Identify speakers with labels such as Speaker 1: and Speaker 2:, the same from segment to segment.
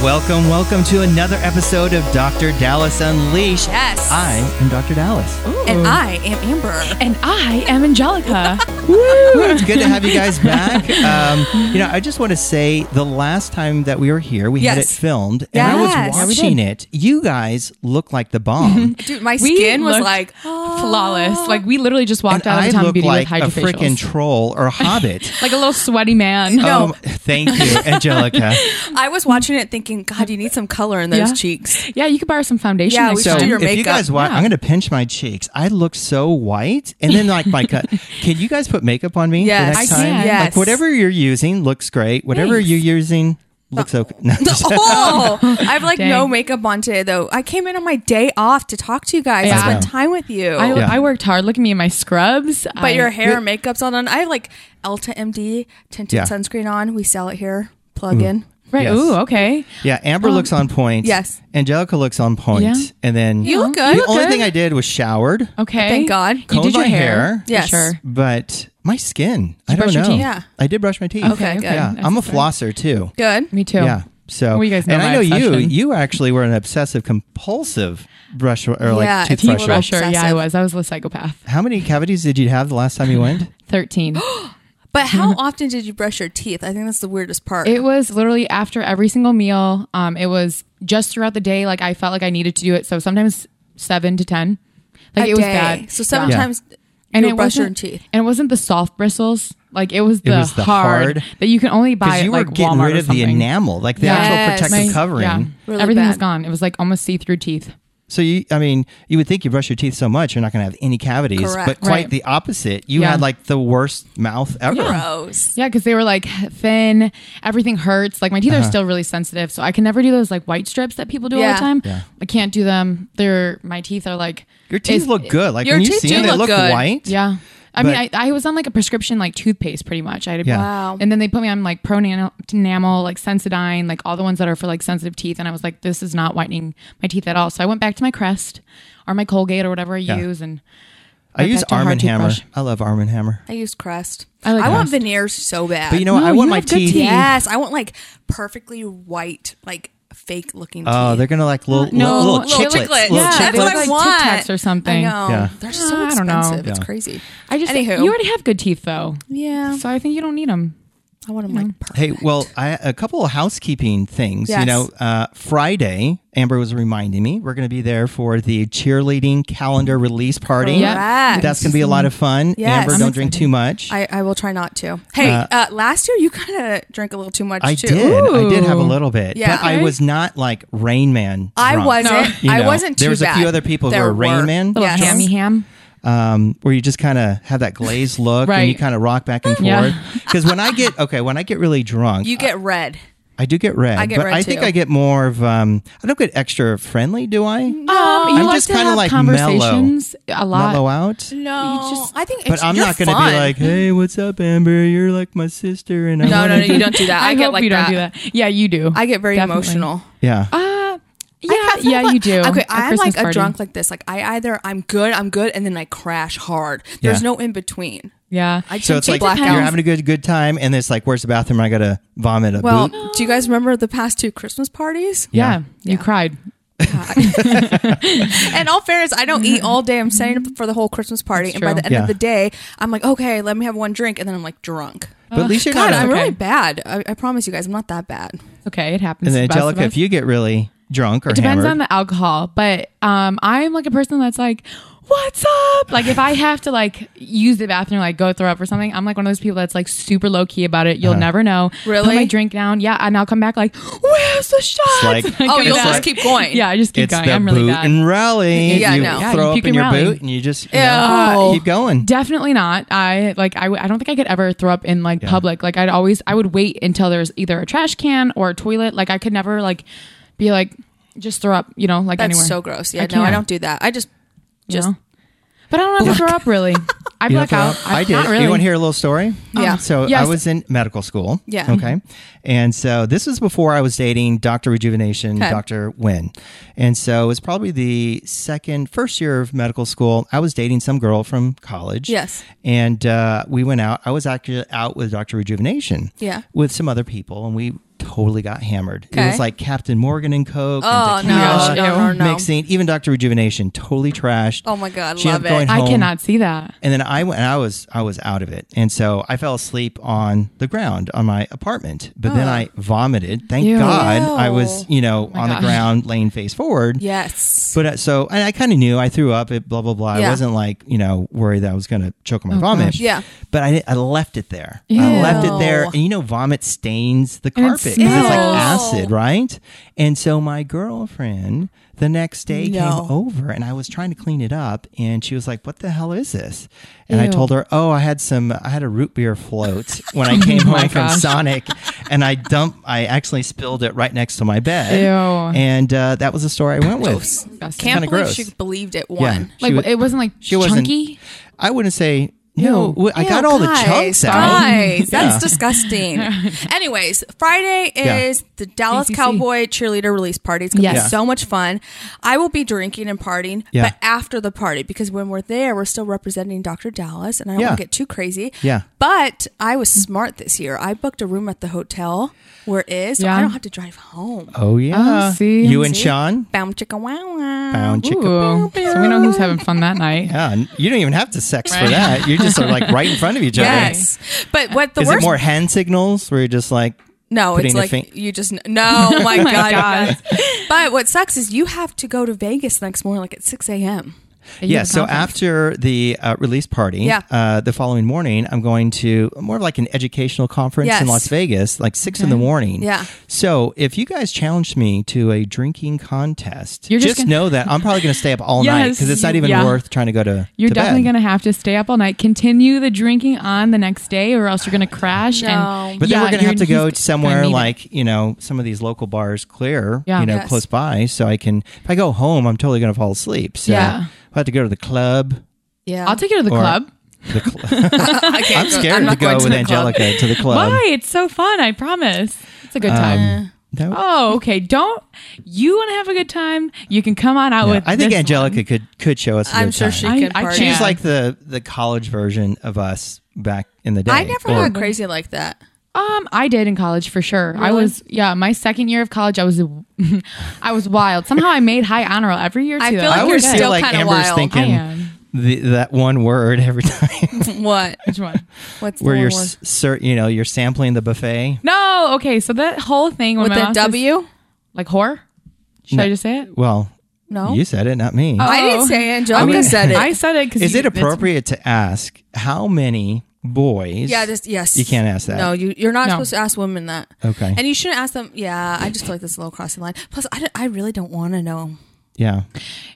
Speaker 1: Welcome, welcome to another episode of Dr. Dallas Unleashed.
Speaker 2: Yes.
Speaker 1: I am Dr. Dallas.
Speaker 2: And I am Amber.
Speaker 3: And I am Angelica.
Speaker 1: Woo, it's good to have you guys back. Um, you know, I just want to say the last time that we were here, we had it
Speaker 2: Yes.
Speaker 1: filmed, and I
Speaker 2: Yes. Yeah, we
Speaker 1: was
Speaker 2: did. Mm-hmm.
Speaker 1: watching it. You guys look like the bomb.
Speaker 2: Dude, my
Speaker 3: We
Speaker 2: skin was
Speaker 3: looked
Speaker 2: like
Speaker 3: Flawless. Like we literally just
Speaker 1: and
Speaker 3: walked out of
Speaker 1: I
Speaker 3: the Tom
Speaker 1: look
Speaker 3: Beauty
Speaker 1: like
Speaker 3: with
Speaker 1: a freaking
Speaker 3: hydrofacials.
Speaker 1: troll or a hobbit.
Speaker 3: like a little sweaty man.
Speaker 1: Um, thank you, Angelica.
Speaker 2: I was watching it thinking, God, you need some color in those
Speaker 3: Yeah.
Speaker 2: cheeks.
Speaker 3: Yeah, you could borrow some foundation.
Speaker 2: Yeah,
Speaker 3: next
Speaker 2: we should
Speaker 1: So
Speaker 2: do
Speaker 3: time.
Speaker 2: your
Speaker 1: if you
Speaker 2: makeup.
Speaker 1: guys watch,
Speaker 3: Yeah.
Speaker 1: I'm going to pinch my cheeks. I look so white, and then like my cut. Can you guys put makeup on me?
Speaker 2: Yes.
Speaker 1: for next
Speaker 3: I
Speaker 1: time?
Speaker 3: can.
Speaker 2: Yes.
Speaker 1: Like whatever you're using looks great. Whatever
Speaker 3: Thanks. Uh,
Speaker 1: you're using looks okay. No, just-
Speaker 2: Oh, I have like no
Speaker 3: Dang.
Speaker 2: makeup on today though. I came in on my day off to talk to you guys.
Speaker 3: Yeah.
Speaker 2: I spent time with you.
Speaker 3: I,
Speaker 1: Yeah.
Speaker 3: I worked hard. Look at me in my scrubs.
Speaker 2: but your hair and makeup's all done. I have like Elta MD tinted
Speaker 1: Yeah.
Speaker 2: sunscreen on. We sell it here. Plug
Speaker 3: Mm.
Speaker 2: in.
Speaker 3: Right.
Speaker 1: Yes.
Speaker 3: Ooh, okay.
Speaker 1: yeah, Amber looks on point.
Speaker 2: yes.
Speaker 1: Angelica looks on point.
Speaker 3: Oh. Yeah.
Speaker 1: And then
Speaker 2: You look good.
Speaker 1: the only
Speaker 3: good.
Speaker 1: thing I did was showered,
Speaker 3: Okay.
Speaker 2: Thank God.
Speaker 3: You
Speaker 1: Combed
Speaker 3: did your
Speaker 1: my hair.
Speaker 3: hair.
Speaker 2: Yes.
Speaker 3: For sure.
Speaker 1: but my skin. I don't
Speaker 3: brush your
Speaker 1: know.
Speaker 3: teeth?
Speaker 2: Yeah.
Speaker 1: I did brush my teeth.
Speaker 2: Okay, good.
Speaker 1: Yeah,
Speaker 3: That's
Speaker 1: I'm a
Speaker 3: good.
Speaker 1: flosser too.
Speaker 2: Good.
Speaker 3: Me too.
Speaker 1: Yeah. So
Speaker 3: Well, you guys know
Speaker 1: and I
Speaker 3: my
Speaker 1: know you.
Speaker 3: obsession.
Speaker 1: You actually were an obsessive compulsive brush or
Speaker 2: Yeah,
Speaker 1: like toothbrush.
Speaker 2: if
Speaker 3: Teeth
Speaker 2: Pressure.
Speaker 3: pressure. Yeah, I
Speaker 2: Obsessive.
Speaker 3: was. I was a psychopath.
Speaker 1: How many cavities did you have the last time you went?
Speaker 3: 13.
Speaker 2: But how often did you brush your teeth? I think that's the weirdest part.
Speaker 3: It was literally after every single meal. Um, it was just throughout the day. Like I felt like I needed to do it. So sometimes seven to ten. Like
Speaker 2: A
Speaker 3: it was
Speaker 2: day.
Speaker 3: bad.
Speaker 2: So
Speaker 3: Yeah.
Speaker 2: sometimes
Speaker 3: and
Speaker 2: you
Speaker 3: it
Speaker 2: brush your
Speaker 3: wasn't-
Speaker 2: teeth.
Speaker 3: And it wasn't the soft bristles. Like it was the,
Speaker 1: was the
Speaker 3: hard,
Speaker 1: hard-
Speaker 3: that you can only buy
Speaker 1: Because
Speaker 3: at
Speaker 1: you
Speaker 3: like
Speaker 1: were getting
Speaker 3: Walmart
Speaker 1: rid
Speaker 3: or
Speaker 1: of the
Speaker 3: something.
Speaker 1: enamel, like the
Speaker 3: Yeah.
Speaker 1: actual
Speaker 2: Yes.
Speaker 1: protective
Speaker 3: My-
Speaker 1: covering.
Speaker 3: yeah.
Speaker 2: Really
Speaker 3: Everything was
Speaker 2: bad.
Speaker 3: gone. It was like almost see through teeth.
Speaker 1: So you, I mean, you would think you brush your teeth so much, you're not going to have any cavities, but
Speaker 2: Correct.
Speaker 1: quite
Speaker 3: Right.
Speaker 1: the opposite. You
Speaker 3: Yeah.
Speaker 1: had like the worst mouth ever.
Speaker 2: gross.
Speaker 3: Yeah, because they were like thin. Everything hurts. Like my teeth are
Speaker 1: Uh-huh.
Speaker 3: still really sensitive, so I can never do those like white strips that people do all
Speaker 2: Yeah.
Speaker 3: the time.
Speaker 1: Yeah.
Speaker 3: I can't do them. They're my teeth are like
Speaker 1: Your teeth
Speaker 3: it's-
Speaker 1: look good. Like
Speaker 2: Your
Speaker 1: when you
Speaker 2: teeth
Speaker 1: see
Speaker 2: do
Speaker 1: them, they look
Speaker 2: look good.
Speaker 1: white.
Speaker 3: Yeah. I mean, I,
Speaker 1: But-
Speaker 3: I was on like a prescription like toothpaste pretty much. I had,
Speaker 1: Yeah.
Speaker 2: Wow.
Speaker 3: And then they put me on like Pronamel, enamel, like Sensodyne, like all the ones that are for like sensitive teeth. And I was like, this is not whitening my teeth at all. So I went back to my Crest or my Colgate or whatever I use. And
Speaker 1: I
Speaker 3: went
Speaker 1: use
Speaker 3: back to a
Speaker 1: Arm
Speaker 3: hard
Speaker 1: and Hammer.
Speaker 3: toothbrush.
Speaker 1: I love Arm and Hammer.
Speaker 2: I use Crest. I,
Speaker 3: I like
Speaker 2: want
Speaker 3: Crest.
Speaker 2: veneers so bad.
Speaker 1: But you know what?
Speaker 3: No,
Speaker 1: I want
Speaker 3: you
Speaker 1: my
Speaker 3: have good
Speaker 1: teeth.
Speaker 3: teeth.
Speaker 2: yes, I want like perfectly white, like fake looking.
Speaker 1: Oh,
Speaker 2: teeth.
Speaker 1: they're gonna like little,
Speaker 3: No,
Speaker 1: little,
Speaker 3: little
Speaker 1: chiclets.
Speaker 2: chiclets.
Speaker 1: Little
Speaker 3: Yeah,
Speaker 2: that's
Speaker 1: chiclets.
Speaker 2: what I
Speaker 3: Like
Speaker 2: want.
Speaker 3: Tic Tacs or something.
Speaker 2: I know.
Speaker 1: Yeah.
Speaker 2: They're so
Speaker 3: I don't
Speaker 2: expensive.
Speaker 3: know.
Speaker 2: It's
Speaker 1: Yeah.
Speaker 2: crazy.
Speaker 3: I just,
Speaker 2: Anywho.
Speaker 3: you already have good teeth though.
Speaker 2: Yeah,
Speaker 3: So I think you don't need them.
Speaker 2: I want them like perfect.
Speaker 1: Hey, well, I, a couple of housekeeping things. You
Speaker 2: Yes.
Speaker 1: know, uh, Friday, Amber was reminding me we're going to be there for the cheerleading calendar release party.
Speaker 3: Yeah.
Speaker 2: Correct.
Speaker 1: That's going to be a lot of fun.
Speaker 2: Yes.
Speaker 1: Amber,
Speaker 2: I'm
Speaker 1: don't drink too much.
Speaker 2: I, I will try not to. Hey, uh, last year you kind of drank a little too much
Speaker 1: I
Speaker 2: too.
Speaker 1: did. I did have a
Speaker 3: Ooh.
Speaker 1: little bit.
Speaker 2: Yeah.
Speaker 1: But I
Speaker 3: Okay.
Speaker 1: was not like Rain Man.
Speaker 2: I
Speaker 1: drunk.
Speaker 2: wasn't.
Speaker 1: You
Speaker 2: I
Speaker 1: know,
Speaker 2: wasn't too
Speaker 1: There was a few
Speaker 2: bad.
Speaker 1: other people
Speaker 2: There
Speaker 1: who were Rain
Speaker 2: were.
Speaker 1: Man,
Speaker 3: Little
Speaker 2: Yes.
Speaker 3: hammy ham.
Speaker 1: um, where you just kind of have that glazed look and you
Speaker 3: Right.
Speaker 1: kind of rock back and
Speaker 3: Yeah.
Speaker 1: forth. Because when I get okay, when I get really drunk,
Speaker 2: You get red.
Speaker 1: I do get red.
Speaker 2: I get
Speaker 1: but
Speaker 2: red
Speaker 1: I think
Speaker 2: too.
Speaker 1: I get more of um I don't get extra friendly, do I?
Speaker 3: Um, you
Speaker 1: I'm
Speaker 3: like
Speaker 1: just
Speaker 3: to
Speaker 1: kinda
Speaker 3: have
Speaker 1: like
Speaker 3: conversations a lot.
Speaker 1: Mellow out.
Speaker 2: No,
Speaker 3: You just-
Speaker 2: I think.
Speaker 1: But
Speaker 2: it's,
Speaker 1: I'm
Speaker 2: you're
Speaker 1: not gonna
Speaker 2: fun.
Speaker 1: be like, Hey, what's up, Amber? You're like my sister and I
Speaker 2: No,
Speaker 1: wanna
Speaker 2: no, no.
Speaker 1: do-"
Speaker 2: You don't do that. I,
Speaker 3: I,
Speaker 2: get
Speaker 3: hope
Speaker 2: like
Speaker 3: you don't do that. Yeah, you do.
Speaker 2: I get very
Speaker 3: Definitely.
Speaker 2: emotional.
Speaker 1: Yeah.
Speaker 3: Uh, yeah,
Speaker 2: I kinda feel
Speaker 3: yeah,
Speaker 2: like-
Speaker 3: you do.
Speaker 2: Okay,
Speaker 3: At
Speaker 2: I'm
Speaker 3: Christmas
Speaker 2: like a
Speaker 3: party.
Speaker 2: drunk like this. Like I either I'm good, I'm good, and then I crash hard. There's
Speaker 1: Yeah.
Speaker 2: no in between.
Speaker 3: Yeah.
Speaker 2: I
Speaker 1: so it's like
Speaker 2: blackout.
Speaker 1: you're having a good good time and it's like where's the bathroom? I gotta vomit a
Speaker 2: well,
Speaker 1: boot.
Speaker 2: do you guys remember the past two Christmas parties?
Speaker 3: yeah,
Speaker 2: Yeah.
Speaker 3: you cried.
Speaker 2: And all fairness, I don't eat all day. I'm setting up for the whole Christmas party, and by
Speaker 3: true.
Speaker 2: the end
Speaker 1: Yeah.
Speaker 2: of the day, I'm like, okay, let me have one drink, and then I'm like drunk.
Speaker 1: But at least you're
Speaker 2: God,
Speaker 1: not a-
Speaker 2: I'm
Speaker 3: Oh, okay.
Speaker 2: really bad. I, I promise you guys, I'm not that bad.
Speaker 3: Okay, it happens.
Speaker 1: And
Speaker 3: to
Speaker 1: then
Speaker 3: the best of
Speaker 1: Angelica,
Speaker 3: us.
Speaker 1: if you get really drunk or
Speaker 3: it depends
Speaker 1: hammered,
Speaker 3: on the alcohol, but um, I'm like a person that's like, "What's up?" Like if I have to like use the bathroom, like go throw up or something, I'm like one of those people that's like super low key about it.
Speaker 1: Uh-huh.
Speaker 3: You'll never know.
Speaker 2: Really?
Speaker 3: Put my drink down, yeah, and I'll come back like, "Where's the shot?"
Speaker 1: like-
Speaker 2: Oh, you'll
Speaker 1: It's
Speaker 2: just
Speaker 1: like-
Speaker 2: keep going.
Speaker 3: Yeah, I just keep
Speaker 1: it's
Speaker 3: going.
Speaker 1: the
Speaker 3: I'm really
Speaker 1: boot
Speaker 3: bad.
Speaker 1: and rally.
Speaker 2: Yeah, I
Speaker 1: you
Speaker 2: know.
Speaker 3: Yeah,
Speaker 1: throw
Speaker 3: you
Speaker 1: up
Speaker 3: puke
Speaker 1: in
Speaker 3: and
Speaker 1: your
Speaker 3: rally.
Speaker 1: boot and you just you know,
Speaker 2: Ew.
Speaker 1: keep going.
Speaker 3: Definitely not. I like I, w- I don't think I could ever throw up in like public. Like I'd always I would wait until there's either a trash can or a toilet. Like I could never like be like just throw up, you know, like
Speaker 2: That's
Speaker 3: anywhere.
Speaker 2: so gross. Yeah,
Speaker 3: I
Speaker 2: no, I
Speaker 3: can't.
Speaker 2: don't do that. I just,
Speaker 3: you know?
Speaker 2: just
Speaker 3: But I don't have to throw up really. "Oh, I
Speaker 1: You don't
Speaker 3: black
Speaker 1: throw
Speaker 3: out.
Speaker 1: up? I did.
Speaker 3: Not really.
Speaker 1: You want to hear a little story? Um,
Speaker 2: Yeah.
Speaker 1: So I
Speaker 3: Yes.
Speaker 1: was in medical school.
Speaker 2: Yeah.
Speaker 1: Okay. And so this was before I was dating Dr. Rejuvenation,
Speaker 2: Okay.
Speaker 1: Dr. Wynn. And so it was probably the second, first year of medical school. I was dating some girl from college.
Speaker 2: Yes.
Speaker 1: And uh, we went out. I was actually out with Dr. Rejuvenation.
Speaker 2: Yeah.
Speaker 1: With some other people. And we totally got hammered. It
Speaker 2: Okay.
Speaker 1: was like Captain Morgan and Coke.
Speaker 2: Oh
Speaker 1: and
Speaker 2: no,
Speaker 1: tequila,
Speaker 2: no, no, no, no.
Speaker 1: Mixing, even Dr. Rejuvenation, totally trashed.
Speaker 2: Oh my god,
Speaker 1: She ended
Speaker 2: love
Speaker 1: up going
Speaker 2: it.
Speaker 3: I
Speaker 1: home.
Speaker 3: cannot see that.
Speaker 1: And then I went, and I was, I was out of it, and so I fell asleep on the ground on my apartment. But then I vomited. Thank
Speaker 3: Oh. Ew. Oh
Speaker 1: God I
Speaker 2: Ew.
Speaker 1: was, you know, on
Speaker 3: gosh.
Speaker 1: the ground, laying face forward.
Speaker 2: Yes.
Speaker 1: But uh, so, and I kind of knew I threw up. It blah blah blah. I
Speaker 2: Yeah.
Speaker 1: wasn't like you know worried that I was going to choke on my vomit.
Speaker 3: gosh.
Speaker 2: Yeah.
Speaker 1: But I, I left it there. I left it there,
Speaker 2: Ew.
Speaker 1: and you know vomit stains the
Speaker 3: And it
Speaker 1: carpet 'cause it's like
Speaker 3: smells.
Speaker 1: acid, right? And so my girlfriend the next day
Speaker 2: No.
Speaker 1: came over, and I was trying to clean it up, and she was like, "What the hell is this?" And I
Speaker 3: Ew.
Speaker 1: told her, "Oh, I had some. I had a root beer float when I came
Speaker 3: my
Speaker 1: home from
Speaker 3: gosh.
Speaker 1: Sonic, and I dumped. I actually spilled it right next to my bed,
Speaker 3: Ew.
Speaker 1: and uh, that was the story I went with."
Speaker 3: Oh. Disgusting.
Speaker 2: Can't
Speaker 1: kinda
Speaker 2: believe
Speaker 1: gross.
Speaker 2: she believed it.
Speaker 1: Yeah.
Speaker 2: One.
Speaker 1: She
Speaker 3: Like
Speaker 1: was-
Speaker 3: it wasn't like
Speaker 1: she wasn't-
Speaker 3: chunky.
Speaker 1: I wouldn't say no.
Speaker 3: Ew.
Speaker 1: I
Speaker 2: Ew,
Speaker 1: got all
Speaker 2: guys,
Speaker 1: the chunks out.
Speaker 2: Guys, that's
Speaker 1: Yeah.
Speaker 2: disgusting. Anyways, Friday
Speaker 1: Yeah.
Speaker 2: is the Dallas
Speaker 3: ACC.
Speaker 2: Cowboy cheerleader release party. It's gonna
Speaker 3: Yes.
Speaker 2: be
Speaker 3: Yeah.
Speaker 2: so much fun. I will be drinking and partying,
Speaker 1: Yeah.
Speaker 2: but after the party because when we're there, we're still representing Dr. Dallas, and I don't
Speaker 1: Yeah.
Speaker 2: want to get too crazy.
Speaker 1: Yeah.
Speaker 2: But I was smart this year. I booked a room at the hotel where it is, so
Speaker 3: Yeah.
Speaker 2: I don't have to drive home.
Speaker 1: Oh yeah.
Speaker 3: Oh, see.
Speaker 1: you and
Speaker 2: See?
Speaker 1: Sean
Speaker 2: Bound chicka wow wow.
Speaker 1: found
Speaker 3: Ooh.
Speaker 1: chicken.
Speaker 3: So we know who's having fun that night.
Speaker 1: Yeah, and you don't even have to sex for that. You're just sort of like right in front of each other.
Speaker 2: Yes. But what the
Speaker 1: Is
Speaker 2: worst
Speaker 1: it more hand signals where you're just like,
Speaker 2: No,
Speaker 1: putting
Speaker 2: it's
Speaker 1: a
Speaker 2: like
Speaker 1: fin-
Speaker 2: you just no. Oh my, god!
Speaker 3: God.
Speaker 2: yes. But what sucks is you have to go to Vegas next morning, like at six a.m.
Speaker 3: You
Speaker 1: yeah?
Speaker 3: have a
Speaker 1: So
Speaker 3: conference.
Speaker 1: after the uh, release party,
Speaker 2: Yeah.
Speaker 1: uh, the following morning, I'm going to more of like an educational conference in
Speaker 2: Yes.
Speaker 1: Las Vegas, like six in the morning.
Speaker 2: Yeah.
Speaker 1: So if you guys challenge me to a drinking contest,
Speaker 3: You're
Speaker 1: just,
Speaker 3: just gonna-
Speaker 1: know that I'm probably going to stay up all night
Speaker 3: Yes,
Speaker 1: because it's not
Speaker 3: you-
Speaker 1: even
Speaker 3: yeah.
Speaker 1: worth trying to go to.
Speaker 3: You're
Speaker 1: to
Speaker 3: definitely
Speaker 1: bed.
Speaker 3: going to have to stay up all night, continue the drinking on the next day, or else you're going to crash.
Speaker 2: No.
Speaker 3: And
Speaker 1: But then we're
Speaker 3: Yeah,
Speaker 1: going to
Speaker 3: you're-
Speaker 1: have to
Speaker 3: he's
Speaker 1: go
Speaker 3: gonna
Speaker 1: somewhere
Speaker 3: need it.
Speaker 1: like, you know, some of these local bars clear,
Speaker 3: Yeah.
Speaker 1: you know,
Speaker 2: Yes.
Speaker 1: close by. So I can, if I go home, I'm totally going to fall asleep. So
Speaker 3: Yeah.
Speaker 1: I'll have to go to the club.
Speaker 2: Yeah,
Speaker 3: I'll take you to the
Speaker 1: Or-
Speaker 3: club.
Speaker 1: The cl-
Speaker 2: I can't
Speaker 1: I'm
Speaker 2: go-
Speaker 1: scared to
Speaker 2: not
Speaker 1: go
Speaker 2: going
Speaker 1: with
Speaker 2: the club.
Speaker 1: Angelica to the club.
Speaker 3: Why? It's so fun. I promise. It's a good time.
Speaker 1: Um, that-
Speaker 3: Oh, okay. Don't you want to have a good time? You can come on out
Speaker 1: yeah.
Speaker 3: with.
Speaker 1: I think
Speaker 3: this
Speaker 1: Angelica could could show us. a
Speaker 2: I'm
Speaker 1: good
Speaker 2: sure
Speaker 1: time.
Speaker 2: she
Speaker 3: I-
Speaker 2: can
Speaker 3: I
Speaker 2: party.
Speaker 1: She's
Speaker 3: Yeah.
Speaker 1: like the the college version of us back in the day.
Speaker 2: I never
Speaker 1: Or-
Speaker 2: got crazy like that.
Speaker 3: Um, I did in college for sure. I was yeah, my second year of college, I was I was wild. Somehow I made high honor roll every year. Too,
Speaker 2: I
Speaker 3: though.
Speaker 2: feel
Speaker 1: I
Speaker 2: like
Speaker 1: always
Speaker 2: you're
Speaker 1: feel
Speaker 2: still
Speaker 1: like
Speaker 2: kinda
Speaker 1: Amber's
Speaker 2: wild.
Speaker 3: I
Speaker 1: thinking
Speaker 3: am.
Speaker 1: the, that one word every time,
Speaker 2: What?
Speaker 3: Which one?
Speaker 2: What's
Speaker 1: where
Speaker 2: the
Speaker 1: you're,
Speaker 2: word?
Speaker 1: s- sir, you know, you're sampling the buffet.
Speaker 3: No, okay. So that whole thing when
Speaker 2: with
Speaker 3: my
Speaker 2: the
Speaker 3: mom says-
Speaker 2: W?
Speaker 3: like whore. Should I just say it?
Speaker 1: Well,
Speaker 3: Oh.
Speaker 2: No,
Speaker 1: you said it, not me.
Speaker 2: I didn't say it. Angelica said it.
Speaker 3: I said it because
Speaker 1: Is it appropriate to ask how many boys?
Speaker 2: yeah, just yes.
Speaker 1: You can't ask that.
Speaker 2: No, you you're not
Speaker 3: No.
Speaker 2: supposed to ask women that.
Speaker 1: Okay.
Speaker 2: And you shouldn't ask them. Yeah, I just feel like that's a little crossing the line. Plus, I, don't- I really don't want to know.
Speaker 1: yeah.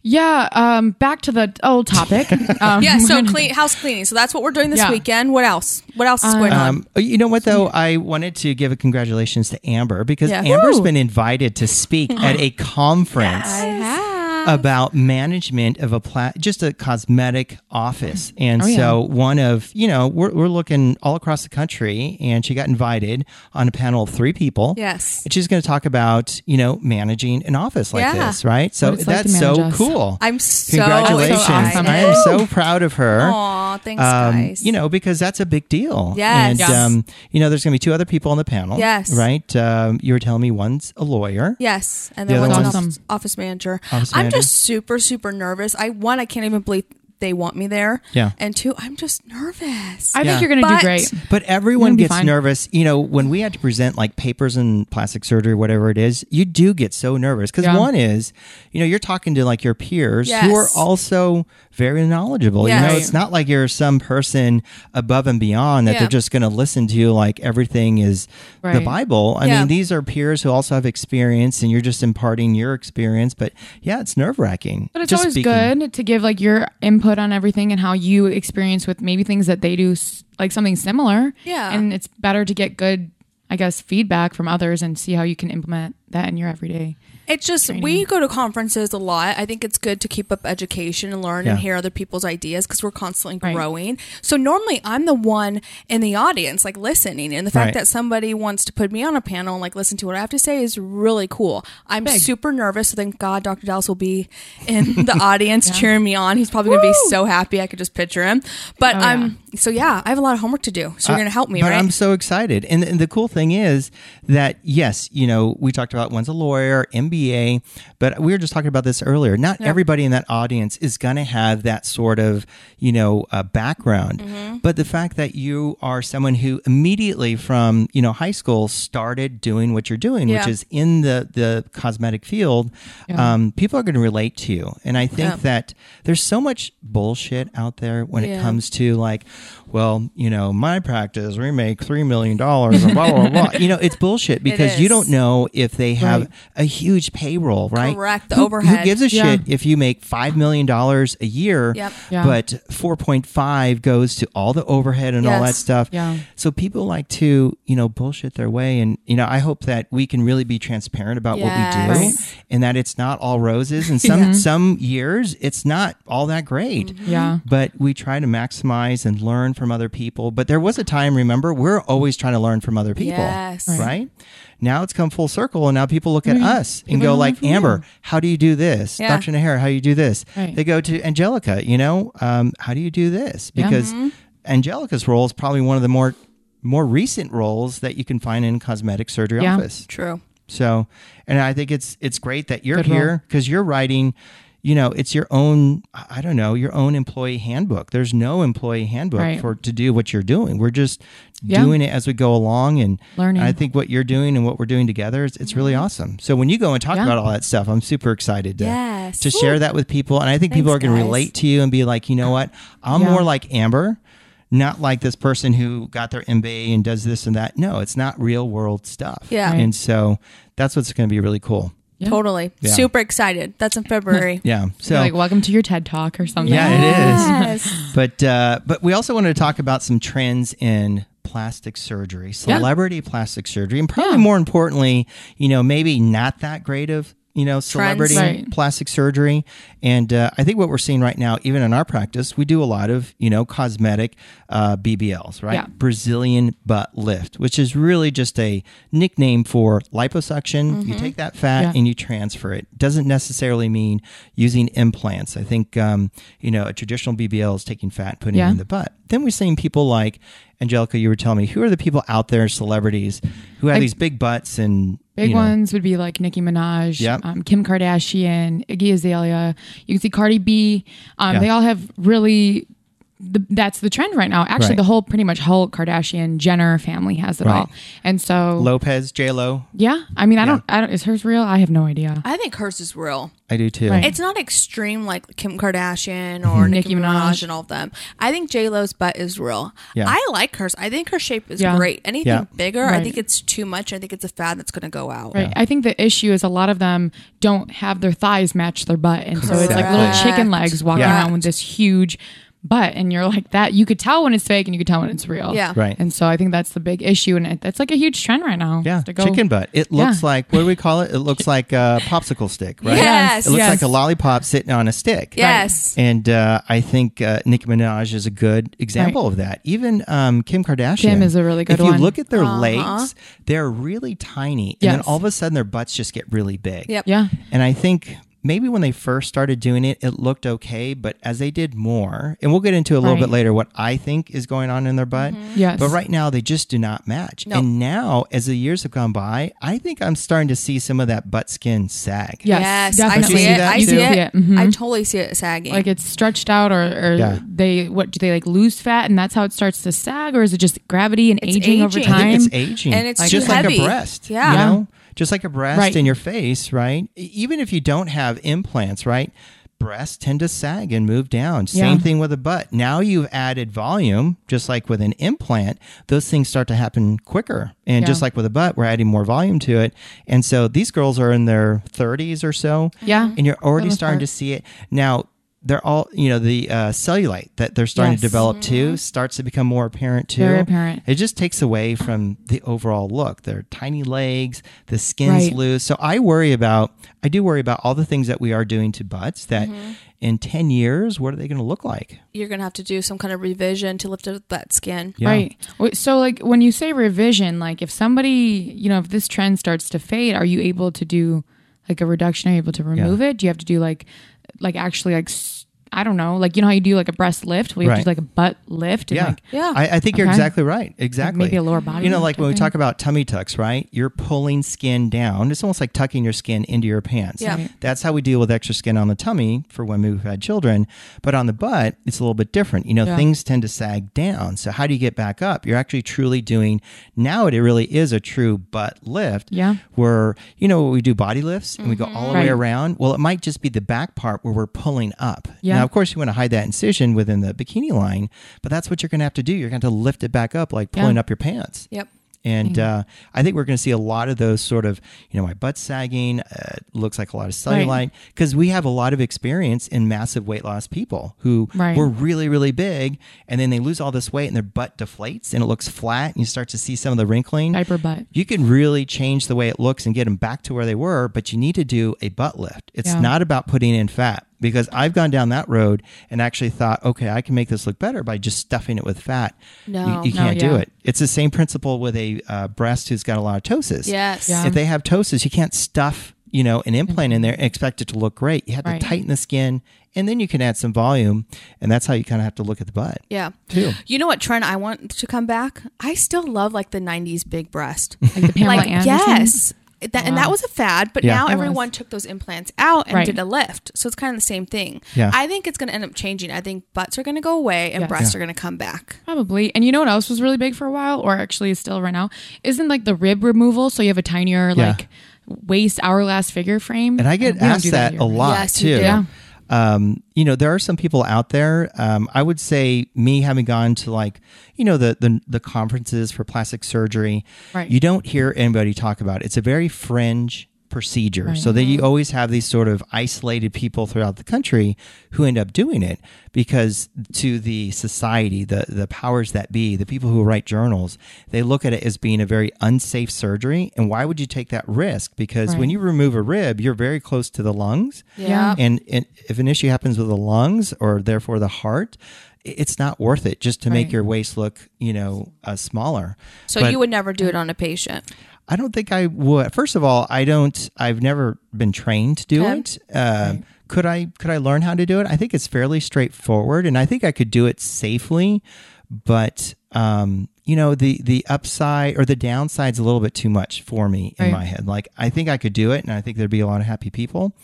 Speaker 3: Yeah. Um. Back to the old topic. Um,
Speaker 2: Yeah, so clean house cleaning. So that's what we're doing this
Speaker 3: Yeah.
Speaker 2: weekend. What else? What else is going on?
Speaker 1: Um, you know what though? I wanted to give a congratulations to Amber because
Speaker 2: Yeah.
Speaker 1: Amber's
Speaker 3: Woo.
Speaker 1: been invited to speak at a conference. About management of a pla- just a cosmetic office, and
Speaker 3: Oh, yeah.
Speaker 1: so one of you know we're, we're looking all across the country, and she got invited on a panel of three people.
Speaker 2: Yes.
Speaker 1: and she's going to talk about you know managing an office like
Speaker 2: Yeah.
Speaker 1: this, right? So
Speaker 3: What it's like to
Speaker 1: that's so
Speaker 3: manage us.
Speaker 1: cool.
Speaker 2: I'm so
Speaker 1: Congratulations.
Speaker 3: So awesome.
Speaker 1: I am so proud of her.
Speaker 2: Aw, thanks,
Speaker 1: Um,
Speaker 2: guys.
Speaker 1: You know, because that's a big deal.
Speaker 2: Yes.
Speaker 1: And,
Speaker 2: Yes.
Speaker 1: um, you know, there's going to be two other people on the panel.
Speaker 2: Yes.
Speaker 1: Right? Um, you were telling me one's a lawyer.
Speaker 2: Yes, and
Speaker 1: The
Speaker 2: then
Speaker 1: other
Speaker 2: one's an
Speaker 3: one's-
Speaker 2: office, office manager.
Speaker 1: Office
Speaker 2: I'm
Speaker 1: manager.
Speaker 2: just super, super nervous. I one, I can't even believe they want me there.
Speaker 1: Yeah.
Speaker 2: and two, I'm just nervous.
Speaker 3: I think
Speaker 1: Yeah.
Speaker 3: you're gonna
Speaker 2: But-
Speaker 3: do great.
Speaker 1: But everyone
Speaker 3: be
Speaker 1: gets
Speaker 3: fine.
Speaker 1: nervous. You know, when we had to present like papers and plastic surgery, whatever it is, you do get so nervous. Because
Speaker 3: Yeah.
Speaker 1: one is, you know, you're talking to like your peers who
Speaker 2: Yes.
Speaker 1: are also very knowledgeable. You
Speaker 2: Yes.
Speaker 1: know, it's not like you're some person above and beyond that
Speaker 2: Yeah.
Speaker 1: they're just going to listen to like everything is the
Speaker 3: Right.
Speaker 1: Bible. I
Speaker 2: Yeah.
Speaker 1: mean, these are peers who also have experience and you're just imparting your experience. But yeah, it's nerve wracking.
Speaker 3: But it's
Speaker 1: just
Speaker 3: always
Speaker 1: speaking.
Speaker 3: good to give like your input on everything and how you experience with maybe things that they do, s- like something similar.
Speaker 2: Yeah.
Speaker 3: And it's better to get good, I guess, feedback from others and see how you can implement that in your everyday.
Speaker 2: It's just we go to conferences a lot. I think it's good to keep up education and learn and
Speaker 1: Yeah.
Speaker 2: hear other people's ideas because we're constantly
Speaker 3: Right.
Speaker 2: growing. So normally I'm the one in the audience, like listening, and the fact
Speaker 1: Right.
Speaker 2: that somebody wants to put me on a panel and like listen to what I have to say is really cool. I'm super nervous, so thank God Dr. Dallas will be in the audience cheering me on. He's probably gonna be so happy. I could just picture him. But
Speaker 3: Oh,
Speaker 2: I'm so yeah, I have a lot of homework to do. So you're gonna help me,
Speaker 1: Uh, but
Speaker 2: right?
Speaker 1: I'm so excited. And, and the cool thing is that yes, you know, we talked about one's a lawyer, MBA, but we were just talking about this earlier. Not everybody in that audience is going to have that sort of you know uh, background,
Speaker 2: Mm-hmm.
Speaker 1: but the fact that you are someone who immediately from you know high school started doing what you're doing, which
Speaker 2: Yeah.
Speaker 1: is in the the cosmetic field, um, people are going to relate to you, and I think
Speaker 2: Yeah.
Speaker 1: that there's so much bullshit out there when it
Speaker 2: Yeah.
Speaker 1: comes to like, well, you know, my practice, we make three million dollars and blah blah blah. You know, it's bullshit because you
Speaker 2: is.
Speaker 1: don't know if they have
Speaker 3: Right.
Speaker 1: a huge payroll, right?
Speaker 2: Correct, the
Speaker 1: Who- Who
Speaker 2: overhead.
Speaker 1: gives a
Speaker 3: Yeah.
Speaker 1: shit if you make five million dollars a year,
Speaker 2: Yep.
Speaker 3: Yeah.
Speaker 1: but four point five goes to all the overhead and all that
Speaker 2: Yes.
Speaker 1: stuff.
Speaker 3: Yeah.
Speaker 1: So people like to, you know, bullshit their way and you know, I hope that we can really be transparent about what we do
Speaker 2: Yes.
Speaker 1: and that it's not all roses and some some years it's not all that great
Speaker 2: Mm-hmm.
Speaker 3: Yeah.
Speaker 1: but we try to maximize and learn from other people. But there was a time, remember, we're always trying to learn from other people,
Speaker 2: Yes.
Speaker 1: right?
Speaker 2: Right.
Speaker 1: Now it's come full circle, and now people look
Speaker 3: Mm-hmm.
Speaker 1: at us and go
Speaker 3: learn
Speaker 1: like,
Speaker 3: from
Speaker 1: Amber, how do you do this?
Speaker 2: Yeah.
Speaker 1: Dr. Nahar, how do you do this?
Speaker 3: Right.
Speaker 1: They go to Angelica, you know, um, how do you do this?
Speaker 3: Yeah.
Speaker 1: Because
Speaker 2: Mm-hmm.
Speaker 1: Angelica's role is probably one of the more more recent roles that you can find in cosmetic surgery
Speaker 3: Yeah.
Speaker 1: office.
Speaker 2: True.
Speaker 1: So, and I think it's it's great that you're
Speaker 3: Good role.
Speaker 1: here because you're writing, you know, it's your own. I don't know your own employee handbook. There's no employee handbook
Speaker 3: Right.
Speaker 1: for to do what you're doing. We're just
Speaker 3: Yeah.
Speaker 1: doing it as we go along and
Speaker 3: Learning.
Speaker 1: I think what you're doing and what we're doing together is it's really awesome. So when you go and talk
Speaker 3: Yeah.
Speaker 1: about all that stuff, I'm super excited to
Speaker 2: Yes.
Speaker 1: to share that with people. And I think people are
Speaker 2: Thanks,
Speaker 1: going to
Speaker 2: guys.
Speaker 1: relate to you and be like, you know what, I'm
Speaker 3: Yeah.
Speaker 1: more like Amber. Not like this person who got their MBA and does this and that. No, it's not real world stuff.
Speaker 2: Yeah. Right.
Speaker 1: And so that's what's going to be really cool.
Speaker 2: Totally.
Speaker 1: Yeah.
Speaker 2: Super excited. That's in February.
Speaker 1: Yeah. So
Speaker 3: like welcome to your TED talk or something.
Speaker 1: yeah, it is.
Speaker 2: Yes.
Speaker 1: But uh, but we also wanted to talk about some trends in plastic surgery, celebrity plastic surgery, and probably more importantly, you know, maybe not that great of you know celebrity
Speaker 3: Right.
Speaker 1: plastic surgery. And uh, I think what we're seeing right now, even in our practice, we do a lot of you know cosmetic uh, BBLs, right?
Speaker 3: Yeah.
Speaker 1: Brazilian butt lift, which is really just a nickname for liposuction.
Speaker 3: Mm-hmm.
Speaker 1: You take that fat
Speaker 3: Yeah.
Speaker 1: and you transfer it. Doesn't necessarily mean using implants. I think um, you know a traditional BBL is taking fat and putting it
Speaker 3: Yeah.
Speaker 1: in the butt. Then we're seeing people like Angelica. You were telling me who are the people out there, celebrities who have these big butts and
Speaker 3: Big
Speaker 1: you know,
Speaker 3: ones would be like Nicki Minaj,
Speaker 1: Yep.
Speaker 3: um, Kim Kardashian, Iggy Azalea. You can see Cardi B. Um,
Speaker 1: Yeah.
Speaker 3: They all have really. The, that's the trend right now. Actually,
Speaker 1: Right.
Speaker 3: the whole pretty much whole Kardashian Jenner family has it
Speaker 1: Right.
Speaker 3: all, and so
Speaker 1: Lopez, J Lo.
Speaker 3: yeah. I mean, I don't. I don't. Is hers real? I have no idea.
Speaker 2: I think hers is real.
Speaker 1: I do too.
Speaker 3: Right.
Speaker 2: It's not extreme like Kim Kardashian or Nicki
Speaker 3: Nicki Minaj.
Speaker 2: Minaj. and all of them. I think J Lo's butt is real.
Speaker 1: Yeah.
Speaker 2: I like hers. I think her shape is
Speaker 3: Yeah.
Speaker 2: great. Anything
Speaker 1: Yeah.
Speaker 2: bigger, I
Speaker 3: Right.
Speaker 2: think it's too much. I think it's a fad that's going to go out.
Speaker 3: Right. I think the issue is a lot of them don't have their thighs match their butt. And so it's like little
Speaker 2: Correct.
Speaker 3: chicken legs walking
Speaker 1: Yeah.
Speaker 3: around with this huge butt. And you're like that. You could tell when it's fake and you could tell when it's real.
Speaker 2: Yeah.
Speaker 1: Right.
Speaker 3: And so I think that's the big issue. And it, that's like a huge trend right now.
Speaker 1: Yeah,
Speaker 3: To go-
Speaker 1: chicken butt. It
Speaker 3: Yeah.
Speaker 1: looks like what do we call it? It looks like a popsicle stick, right?
Speaker 2: Yes,
Speaker 1: it looks
Speaker 3: yes.
Speaker 1: like a lollipop sitting on a stick.
Speaker 2: Yes.
Speaker 1: And uh, I think uh, Nicki Minaj is a good example of that. Even um, Kim Kardashian.
Speaker 3: Kim is a really good
Speaker 1: If you
Speaker 3: one.
Speaker 1: look at their
Speaker 2: Uh-huh.
Speaker 1: legs, they're really tiny, and then
Speaker 3: Yes.
Speaker 1: all of a sudden their butts just get really big.
Speaker 2: Yep.
Speaker 3: Yeah.
Speaker 1: And I think maybe when they first started doing it, it looked okay, but as they did more, and we'll get into a little
Speaker 3: Right. Mm-hmm.
Speaker 1: bit later what I think is going on in their butt.
Speaker 3: Yes.
Speaker 1: But right now, they just do not match. And now, as the years have gone by, I think I'm starting to see some of that butt skin sag.
Speaker 3: Yes.
Speaker 2: Yes,
Speaker 3: definitely.
Speaker 2: I see
Speaker 1: You
Speaker 2: it.
Speaker 1: see that
Speaker 2: I
Speaker 1: too?
Speaker 2: see it.
Speaker 3: See it, mhm.
Speaker 2: I totally see it sagging.
Speaker 3: Like it's stretched out, or, or
Speaker 1: Yeah.
Speaker 3: they what do they like lose fat, and that's how it starts to sag, or is it just gravity and aging, over
Speaker 2: aging. I
Speaker 3: time?
Speaker 1: I think it's aging.
Speaker 2: And it's
Speaker 1: just
Speaker 2: too
Speaker 1: like
Speaker 2: heavy.
Speaker 1: a breast.
Speaker 2: Yeah.
Speaker 1: You know? Just like a breast
Speaker 3: Right.
Speaker 1: in your face, right? E- Even if you don't have implants, right? Breasts tend to sag and move down. Same
Speaker 3: Yeah.
Speaker 1: thing with a butt. Now you've added volume, just like with an implant, those things start to happen quicker. And
Speaker 3: Yeah.
Speaker 1: just like with a butt, we're adding more volume to it. And so these girls are in their 30s or so.
Speaker 3: Yeah.
Speaker 1: And you're already
Speaker 3: Little
Speaker 1: starting to
Speaker 3: part.
Speaker 1: see it. Now, they're all, you know, the uh, cellulite that they're starting
Speaker 3: Yes. Mm-hmm.
Speaker 1: to develop too starts to become more apparent too.
Speaker 3: Very apparent.
Speaker 1: It just takes away from the overall look. Their tiny legs, the skin's
Speaker 3: Right.
Speaker 1: loose. So I worry about, I do worry about all the things that we are doing to butts that
Speaker 3: Mm-hmm.
Speaker 1: in 10 years, what are they going to look like?
Speaker 2: You're going to have to do some kind of revision to lift up that skin.
Speaker 1: Yeah.
Speaker 3: Right. Wait, So, like, when you say revision, like, if somebody, you know, if this trend starts to fade, are you able to do like a reduction? Are you able to remove it? Do you have to do like, like actually like s- I don't know, like you know how you do like a breast lift, where you
Speaker 1: Right.
Speaker 3: do like a butt lift, and
Speaker 1: Yeah.
Speaker 3: like
Speaker 2: Yeah.
Speaker 1: I, I think you're
Speaker 3: Okay.
Speaker 1: exactly right. Exactly.
Speaker 3: maybe a lower body
Speaker 1: You know, like when we
Speaker 3: tucking.
Speaker 1: talk about tummy tucks, right? You're pulling skin down. It's almost like tucking your skin into your pants.
Speaker 2: Yeah. Right.
Speaker 1: That's how we deal with extra skin on the tummy for women who've had children. But on the butt, it's a little bit different. You know,
Speaker 3: Yeah.
Speaker 1: things tend to sag down. So how do you get back up? You're actually truly doing now it really is a true butt lift.
Speaker 3: Yeah.
Speaker 1: Where, you know, we do body lifts and we go all the way
Speaker 3: Right.
Speaker 1: around. Well, it might just be the back part where we're pulling up.
Speaker 3: Yeah.
Speaker 1: Now, of course, you want to hide that incision within the bikini line, but that's what you're going to have to do. You're going to have to lift it back up, like pulling
Speaker 3: Yeah.
Speaker 1: up your pants.
Speaker 2: Yep.
Speaker 1: And uh, I think we're going to see a lot of those sort of, you know, my butt sagging uh, looks like a lot of cellulite
Speaker 3: Right.
Speaker 1: because we have a lot of experience in massive weight loss people who
Speaker 3: Right.
Speaker 1: were really, really big and then they lose all this weight and their butt deflates and it looks flat and you start to see some of the wrinkling.
Speaker 3: diaper butt.
Speaker 1: You can really change the way it looks and get them back to where they were, but you need to do a butt lift. It's
Speaker 3: Yeah.
Speaker 1: not about putting in fat because I've gone down that road and actually thought, okay, I can make this look better by just stuffing it with fat.
Speaker 2: No.
Speaker 1: you, you
Speaker 3: No,
Speaker 1: can't do
Speaker 3: yeah.
Speaker 1: it. It's the same principle with a uh, breast who's got a lot of ptosis.
Speaker 2: Yes.
Speaker 3: Yeah.
Speaker 1: If they have ptosis, you can't stuff you know an implant in there and expect it to look great. You have
Speaker 3: Right.
Speaker 1: to tighten the skin, and then you can add some volume, and that's how you kind of have to look at the butt.
Speaker 2: Yeah.
Speaker 1: Too.
Speaker 2: You know what trend I want to come back? I still love like the 90s big breast.
Speaker 3: Like the Pamela
Speaker 2: like
Speaker 3: Anderson.
Speaker 2: yes. That, and that was a fad, but
Speaker 1: Yeah.
Speaker 2: now
Speaker 1: It
Speaker 2: everyone took those implants out and
Speaker 3: Right.
Speaker 2: did a lift. So it's kind of the same thing.
Speaker 1: Yeah.
Speaker 2: I think it's going to end up changing. I think butts are going to go away and
Speaker 3: Yes.
Speaker 2: breasts are going to come back.
Speaker 3: Probably. And you know what else was really big for a while, or actually is still right now? Isn't like the rib removal. So you have a tinier,
Speaker 1: Yeah.
Speaker 3: like waist hourglass figure frame.
Speaker 1: And I get
Speaker 3: Mm-hmm. We don't
Speaker 1: asked
Speaker 3: do
Speaker 1: that,
Speaker 3: here,
Speaker 1: a
Speaker 3: right?
Speaker 1: lot
Speaker 2: Yes,
Speaker 1: too.
Speaker 2: you do.
Speaker 3: Yeah.
Speaker 1: Um, you know, there are some people out there. Um, I would say me having gone to like, you know, the the, the conferences for plastic surgery,
Speaker 3: Right.
Speaker 1: you don't hear anybody talk about it. It's a very fringe procedure. So that you always have these sort of isolated people throughout the country who end up doing it because to the society, the the powers that be, the people who write journals, they look at it as being a very unsafe surgery. And why would you take that risk? Because when
Speaker 3: Right.
Speaker 1: you remove a rib, you're very close to the lungs.
Speaker 2: Yeah.
Speaker 1: And, and if an issue happens with the lungs or therefore the heart, i- it's not worth it just to make
Speaker 3: Right.
Speaker 1: your waist look, you know, uh, smaller.
Speaker 2: So
Speaker 1: But
Speaker 2: you would never do it on a patient.
Speaker 1: I don't think I would. First of all, I don't. I've never been trained to do
Speaker 2: Okay.
Speaker 1: it. Uh, Could I? Could I learn how to do it? I think it's fairly straightforward, and I think I could do it safely. But um, you know, the the upside or the downside's a little bit too much for me in
Speaker 3: Right.
Speaker 1: my head. Like I think I could do it, and I think there'd be a lot of happy people.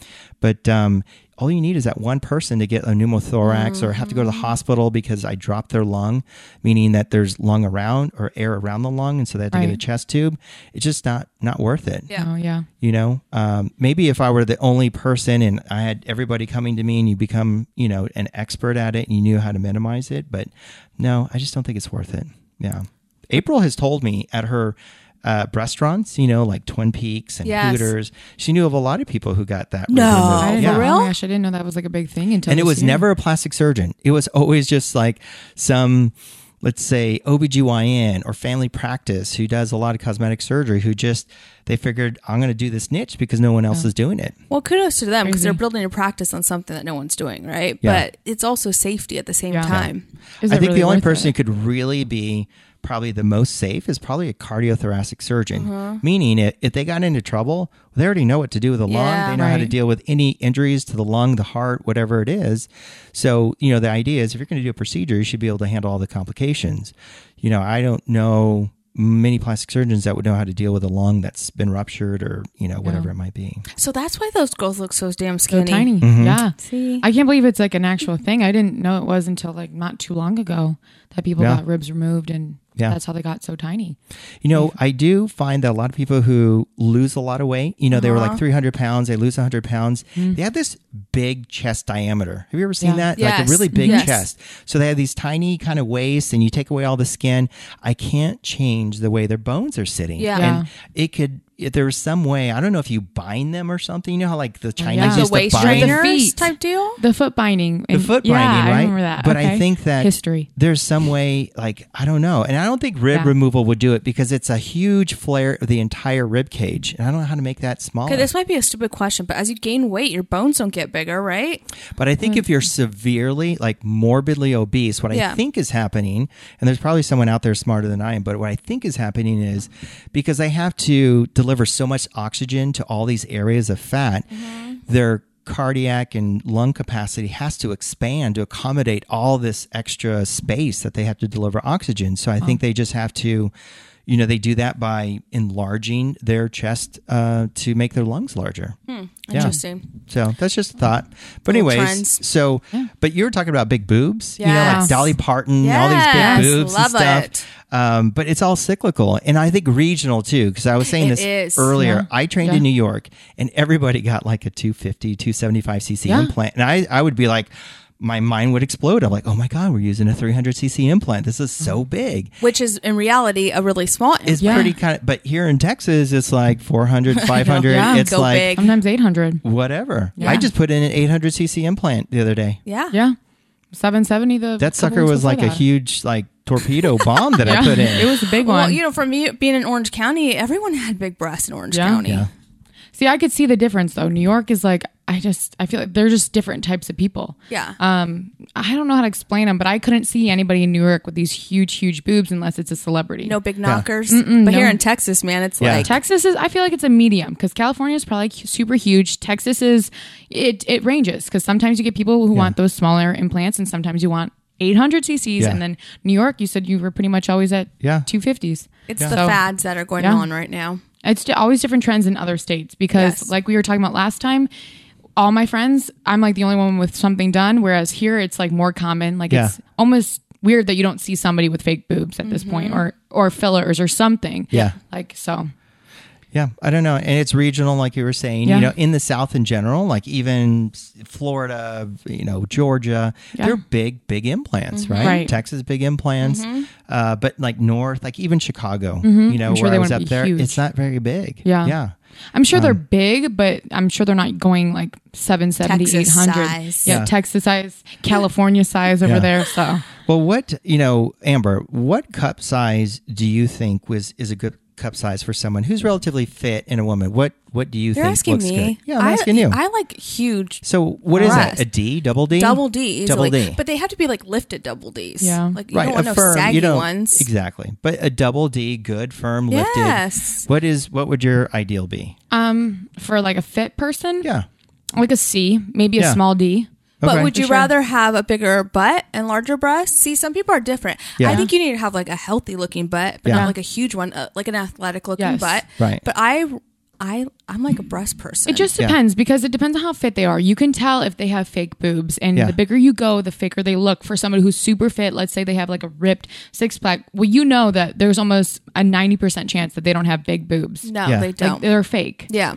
Speaker 1: But um, all you need is that one person to get a pneumothorax or have to go to the hospital because I dropped their lung, meaning that there's lung around or air around the lung, and so they have to get a
Speaker 3: Right.
Speaker 1: chest tube. It's just not not worth it.
Speaker 2: Yeah.
Speaker 3: Oh, yeah.
Speaker 1: You know, um, maybe if I were the only person and I had everybody coming to me, and you become you know an expert at it and you knew how to minimize it, but no, I just don't think it's worth it. Yeah, April has told me at her. Uh, restaurants, you know, like Twin Peaks and
Speaker 2: Yes.
Speaker 1: Hooters. She knew of a lot of people who got that.
Speaker 2: No.
Speaker 1: removed.
Speaker 3: I didn't
Speaker 1: Yeah.
Speaker 3: know,
Speaker 2: For real?
Speaker 3: Oh my gosh, I didn't know that was like a big thing until
Speaker 1: And it
Speaker 3: this
Speaker 1: was
Speaker 3: year.
Speaker 1: never a plastic surgeon. It was always just like some, let's say, OBGYN or family practice who does a lot of cosmetic surgery who just, they figured, I'm going to do this niche because no one else is doing it.
Speaker 2: Well, kudos to them because
Speaker 3: Crazy.
Speaker 2: they're building a practice on something that no one's doing, right?
Speaker 1: Yeah.
Speaker 2: But it's also safety at the same
Speaker 3: Yeah.
Speaker 2: time.
Speaker 3: Is
Speaker 1: I
Speaker 3: it
Speaker 1: think
Speaker 3: really
Speaker 1: the only
Speaker 3: worth
Speaker 1: person
Speaker 3: it?
Speaker 1: who could really be probably the most safe is probably a cardiothoracic surgeon,
Speaker 3: Uh-huh.
Speaker 1: meaning it, if they got into trouble, they already know what to do with the lung.
Speaker 2: Yeah.
Speaker 1: They know how to
Speaker 3: Right.
Speaker 1: deal with any injuries to the lung, the heart, whatever it is. So, you know, the idea is if you're going to do a procedure, you should be able to handle all the complications. You know, I don't know many plastic surgeons that would know how to deal with a lung that's been ruptured or, you know, whatever it might be.
Speaker 2: So that's why those girls look so damn
Speaker 3: So
Speaker 2: skinny.
Speaker 3: tiny.
Speaker 1: Mm-hmm.
Speaker 3: Yeah.
Speaker 2: See?
Speaker 3: Mm-hmm. I can't believe it's like an actual thing. I didn't know it was until like not too long ago that people
Speaker 1: Yeah.
Speaker 3: got ribs removed and
Speaker 1: Yeah.
Speaker 3: that's how they got so tiny.
Speaker 1: You know, I do find that a lot of people who lose a lot of weight, you know, they were
Speaker 2: Uh-huh.
Speaker 1: like 300 pounds, they lose 100 pounds.
Speaker 2: Mm.
Speaker 1: They have this big chest diameter. Have you ever seen
Speaker 3: Yeah.
Speaker 1: that? Like
Speaker 2: Yes.
Speaker 1: a really big
Speaker 2: Yes.
Speaker 1: chest. So they have these tiny kind of waists, and you take away all the skin. I can't change the way their bones are sitting.
Speaker 2: Yeah.
Speaker 1: And it could, if there was some way, I don't know if you bind them or something, you know how like the Chinese
Speaker 3: Like the
Speaker 1: used
Speaker 2: waist
Speaker 1: to bind
Speaker 3: trainer?
Speaker 2: trainers
Speaker 3: feet.
Speaker 2: type deal.
Speaker 3: The foot binding.
Speaker 1: the
Speaker 3: and-
Speaker 1: foot
Speaker 3: yeah,
Speaker 1: binding, right?
Speaker 3: I remember that.
Speaker 1: But I
Speaker 3: Okay.
Speaker 1: think that
Speaker 3: history.
Speaker 1: There's some way, like I don't know, and I don't think rib
Speaker 3: Yeah.
Speaker 1: removal would do it because it's a huge flare of the entire rib cage, and I don't know how to make that smaller.
Speaker 2: Okay, this might be a stupid question, but as you gain weight, your bones don't get bigger, right?
Speaker 1: But I think if you're severely, like morbidly obese, what I
Speaker 2: Yeah.
Speaker 1: think is happening, and there's probably someone out there smarter than I am, but what I think is happening is because I have to deliver so much oxygen to all these areas of fat, their cardiac and lung capacity has to expand to accommodate all this extra space that they have to deliver oxygen. So I think they just have to, you know, they do that by enlarging their chest uh, to make their lungs larger.
Speaker 2: Interesting.
Speaker 1: So that's just a thought. But
Speaker 2: Little
Speaker 1: anyways,
Speaker 2: trends.
Speaker 1: so but you were talking about big boobs, you know,
Speaker 2: Yes.
Speaker 1: like Dolly Parton, all
Speaker 2: Yes,
Speaker 1: these big boobs and
Speaker 2: love
Speaker 1: stuff.
Speaker 2: it.
Speaker 1: Um, but it's all cyclical, and I think regional too. Because I was saying
Speaker 2: It
Speaker 1: this
Speaker 2: is.
Speaker 1: earlier.
Speaker 3: Yeah.
Speaker 1: I trained in New York, and everybody got like a 250, 275 cc
Speaker 3: Yeah.
Speaker 1: implant, and I I would be like. My mind would explode. I'm like, oh my god, we're using a 300 cc implant. This is so
Speaker 2: Mm.
Speaker 1: big.
Speaker 2: Which is in reality a really small.
Speaker 1: It's
Speaker 3: Yeah.
Speaker 1: pretty kind of, but here in Texas, it's like 400, 500.
Speaker 3: Yeah.
Speaker 1: It's
Speaker 2: Go
Speaker 1: like
Speaker 2: big.
Speaker 3: Sometimes 800.
Speaker 1: whatever.
Speaker 3: Yeah.
Speaker 1: I just put in an 800 cc implant the other day.
Speaker 2: yeah.
Speaker 3: Yeah. 770 the
Speaker 1: That sucker was like a huge like torpedo bomb that I put
Speaker 3: It
Speaker 1: in.
Speaker 3: was a big one.
Speaker 2: Well, you know, for me being in Orange County, everyone had big breasts in Orange
Speaker 3: Yeah.
Speaker 2: County.
Speaker 1: Yeah.
Speaker 3: See, I could see the difference though. New York is like I just I feel like they're just different types of people.
Speaker 2: Yeah.
Speaker 3: Um, I don't know how to explain them, but I couldn't see anybody in New York with these huge, huge boobs unless it's a celebrity.
Speaker 2: No big knockers. But here in Texas, man, it's
Speaker 1: Yeah.
Speaker 2: like
Speaker 3: Texas is I feel like it's a medium because California is probably hu- super huge. Texas is it it ranges because sometimes you get people who want those smaller implants and sometimes you want 800 cc's
Speaker 1: Yeah.
Speaker 3: and then New York you said you were pretty much always at
Speaker 1: Yeah.
Speaker 3: 250s.
Speaker 2: it's the
Speaker 3: So-
Speaker 2: fads that are going
Speaker 3: Yeah.
Speaker 2: on right now.
Speaker 3: It's di- always different trends in other states because,
Speaker 2: Yes.
Speaker 3: like we were talking about last time, all my friends, I'm like the only one with something done. Whereas here, it's like more common. Like
Speaker 1: Yeah.
Speaker 3: it's almost weird that you don't see somebody with fake boobs at this point,
Speaker 2: Mm-hmm.
Speaker 3: or or fillers or something.
Speaker 1: Yeah.
Speaker 3: Like so.
Speaker 1: Yeah, I don't know. And it's regional, like you were saying,
Speaker 3: Yeah.
Speaker 1: you know, in the South in general, like even s- Florida, you know, Georgia,
Speaker 3: Yeah. Mm-hmm.
Speaker 1: they're big, big implants, right?
Speaker 3: Right. Mm-hmm.
Speaker 1: Texas, big implants. Uh, but like North, like even Chicago, you know,
Speaker 3: I'm sure
Speaker 1: where
Speaker 3: they
Speaker 1: I was up
Speaker 3: wouldn't be
Speaker 1: there,
Speaker 3: huge.
Speaker 1: it's not very big.
Speaker 3: Yeah.
Speaker 1: Yeah.
Speaker 3: I'm sure
Speaker 1: Um,
Speaker 3: they're big, but I'm sure they're not going like 770,
Speaker 2: Texas
Speaker 3: 800.
Speaker 2: size.
Speaker 3: Yeah,
Speaker 1: Yeah.
Speaker 3: Texas size, California size over
Speaker 1: Yeah.
Speaker 3: there. So
Speaker 1: Well, what, you know, Amber, what cup size do you think was is a good cup size for someone who's relatively fit and a woman? What what do you
Speaker 2: You're
Speaker 1: think
Speaker 2: asking
Speaker 1: looks
Speaker 2: me.
Speaker 1: good? Yeah, I'm
Speaker 2: I-
Speaker 1: asking you.
Speaker 2: I like huge
Speaker 1: so what is that?
Speaker 2: Breast.
Speaker 1: A D, double D?
Speaker 2: double D easily.
Speaker 1: Double D.
Speaker 2: But they have to be like lifted double Ds.
Speaker 3: Yeah.
Speaker 2: Like you don't want no saggy ones.
Speaker 1: Exactly. But a double D, good, firm, lifted.
Speaker 2: Yes.
Speaker 1: What is what would your ideal be?
Speaker 3: Um, for like a fit person,
Speaker 1: Yeah.
Speaker 3: like a C, maybe
Speaker 1: Yeah.
Speaker 3: a small D.
Speaker 2: But
Speaker 1: Okay.
Speaker 2: would you
Speaker 3: sure.
Speaker 2: rather have a bigger butt and larger breasts? See, some people are different.
Speaker 1: Yeah.
Speaker 2: I think you need to have like a healthy looking butt, but
Speaker 1: Yeah.
Speaker 2: not like a huge one, uh, like an athletic looking
Speaker 3: Yes.
Speaker 2: butt.
Speaker 1: Right.
Speaker 2: But I, I, I'm like a breast person.
Speaker 3: It just
Speaker 1: Yeah.
Speaker 3: depends because it depends on how fit they are. You can tell if they have fake boobs, and
Speaker 1: Yeah.
Speaker 3: the bigger you go, the faker they look. For somebody who's super fit, let's say they have like a ripped six pack, well, you know that there's almost a ninety percent chance that they don't have big boobs.
Speaker 2: no,
Speaker 1: Yeah.
Speaker 2: they
Speaker 1: Like, uh,
Speaker 3: like,
Speaker 2: don't.
Speaker 3: they're fake.
Speaker 2: yeah.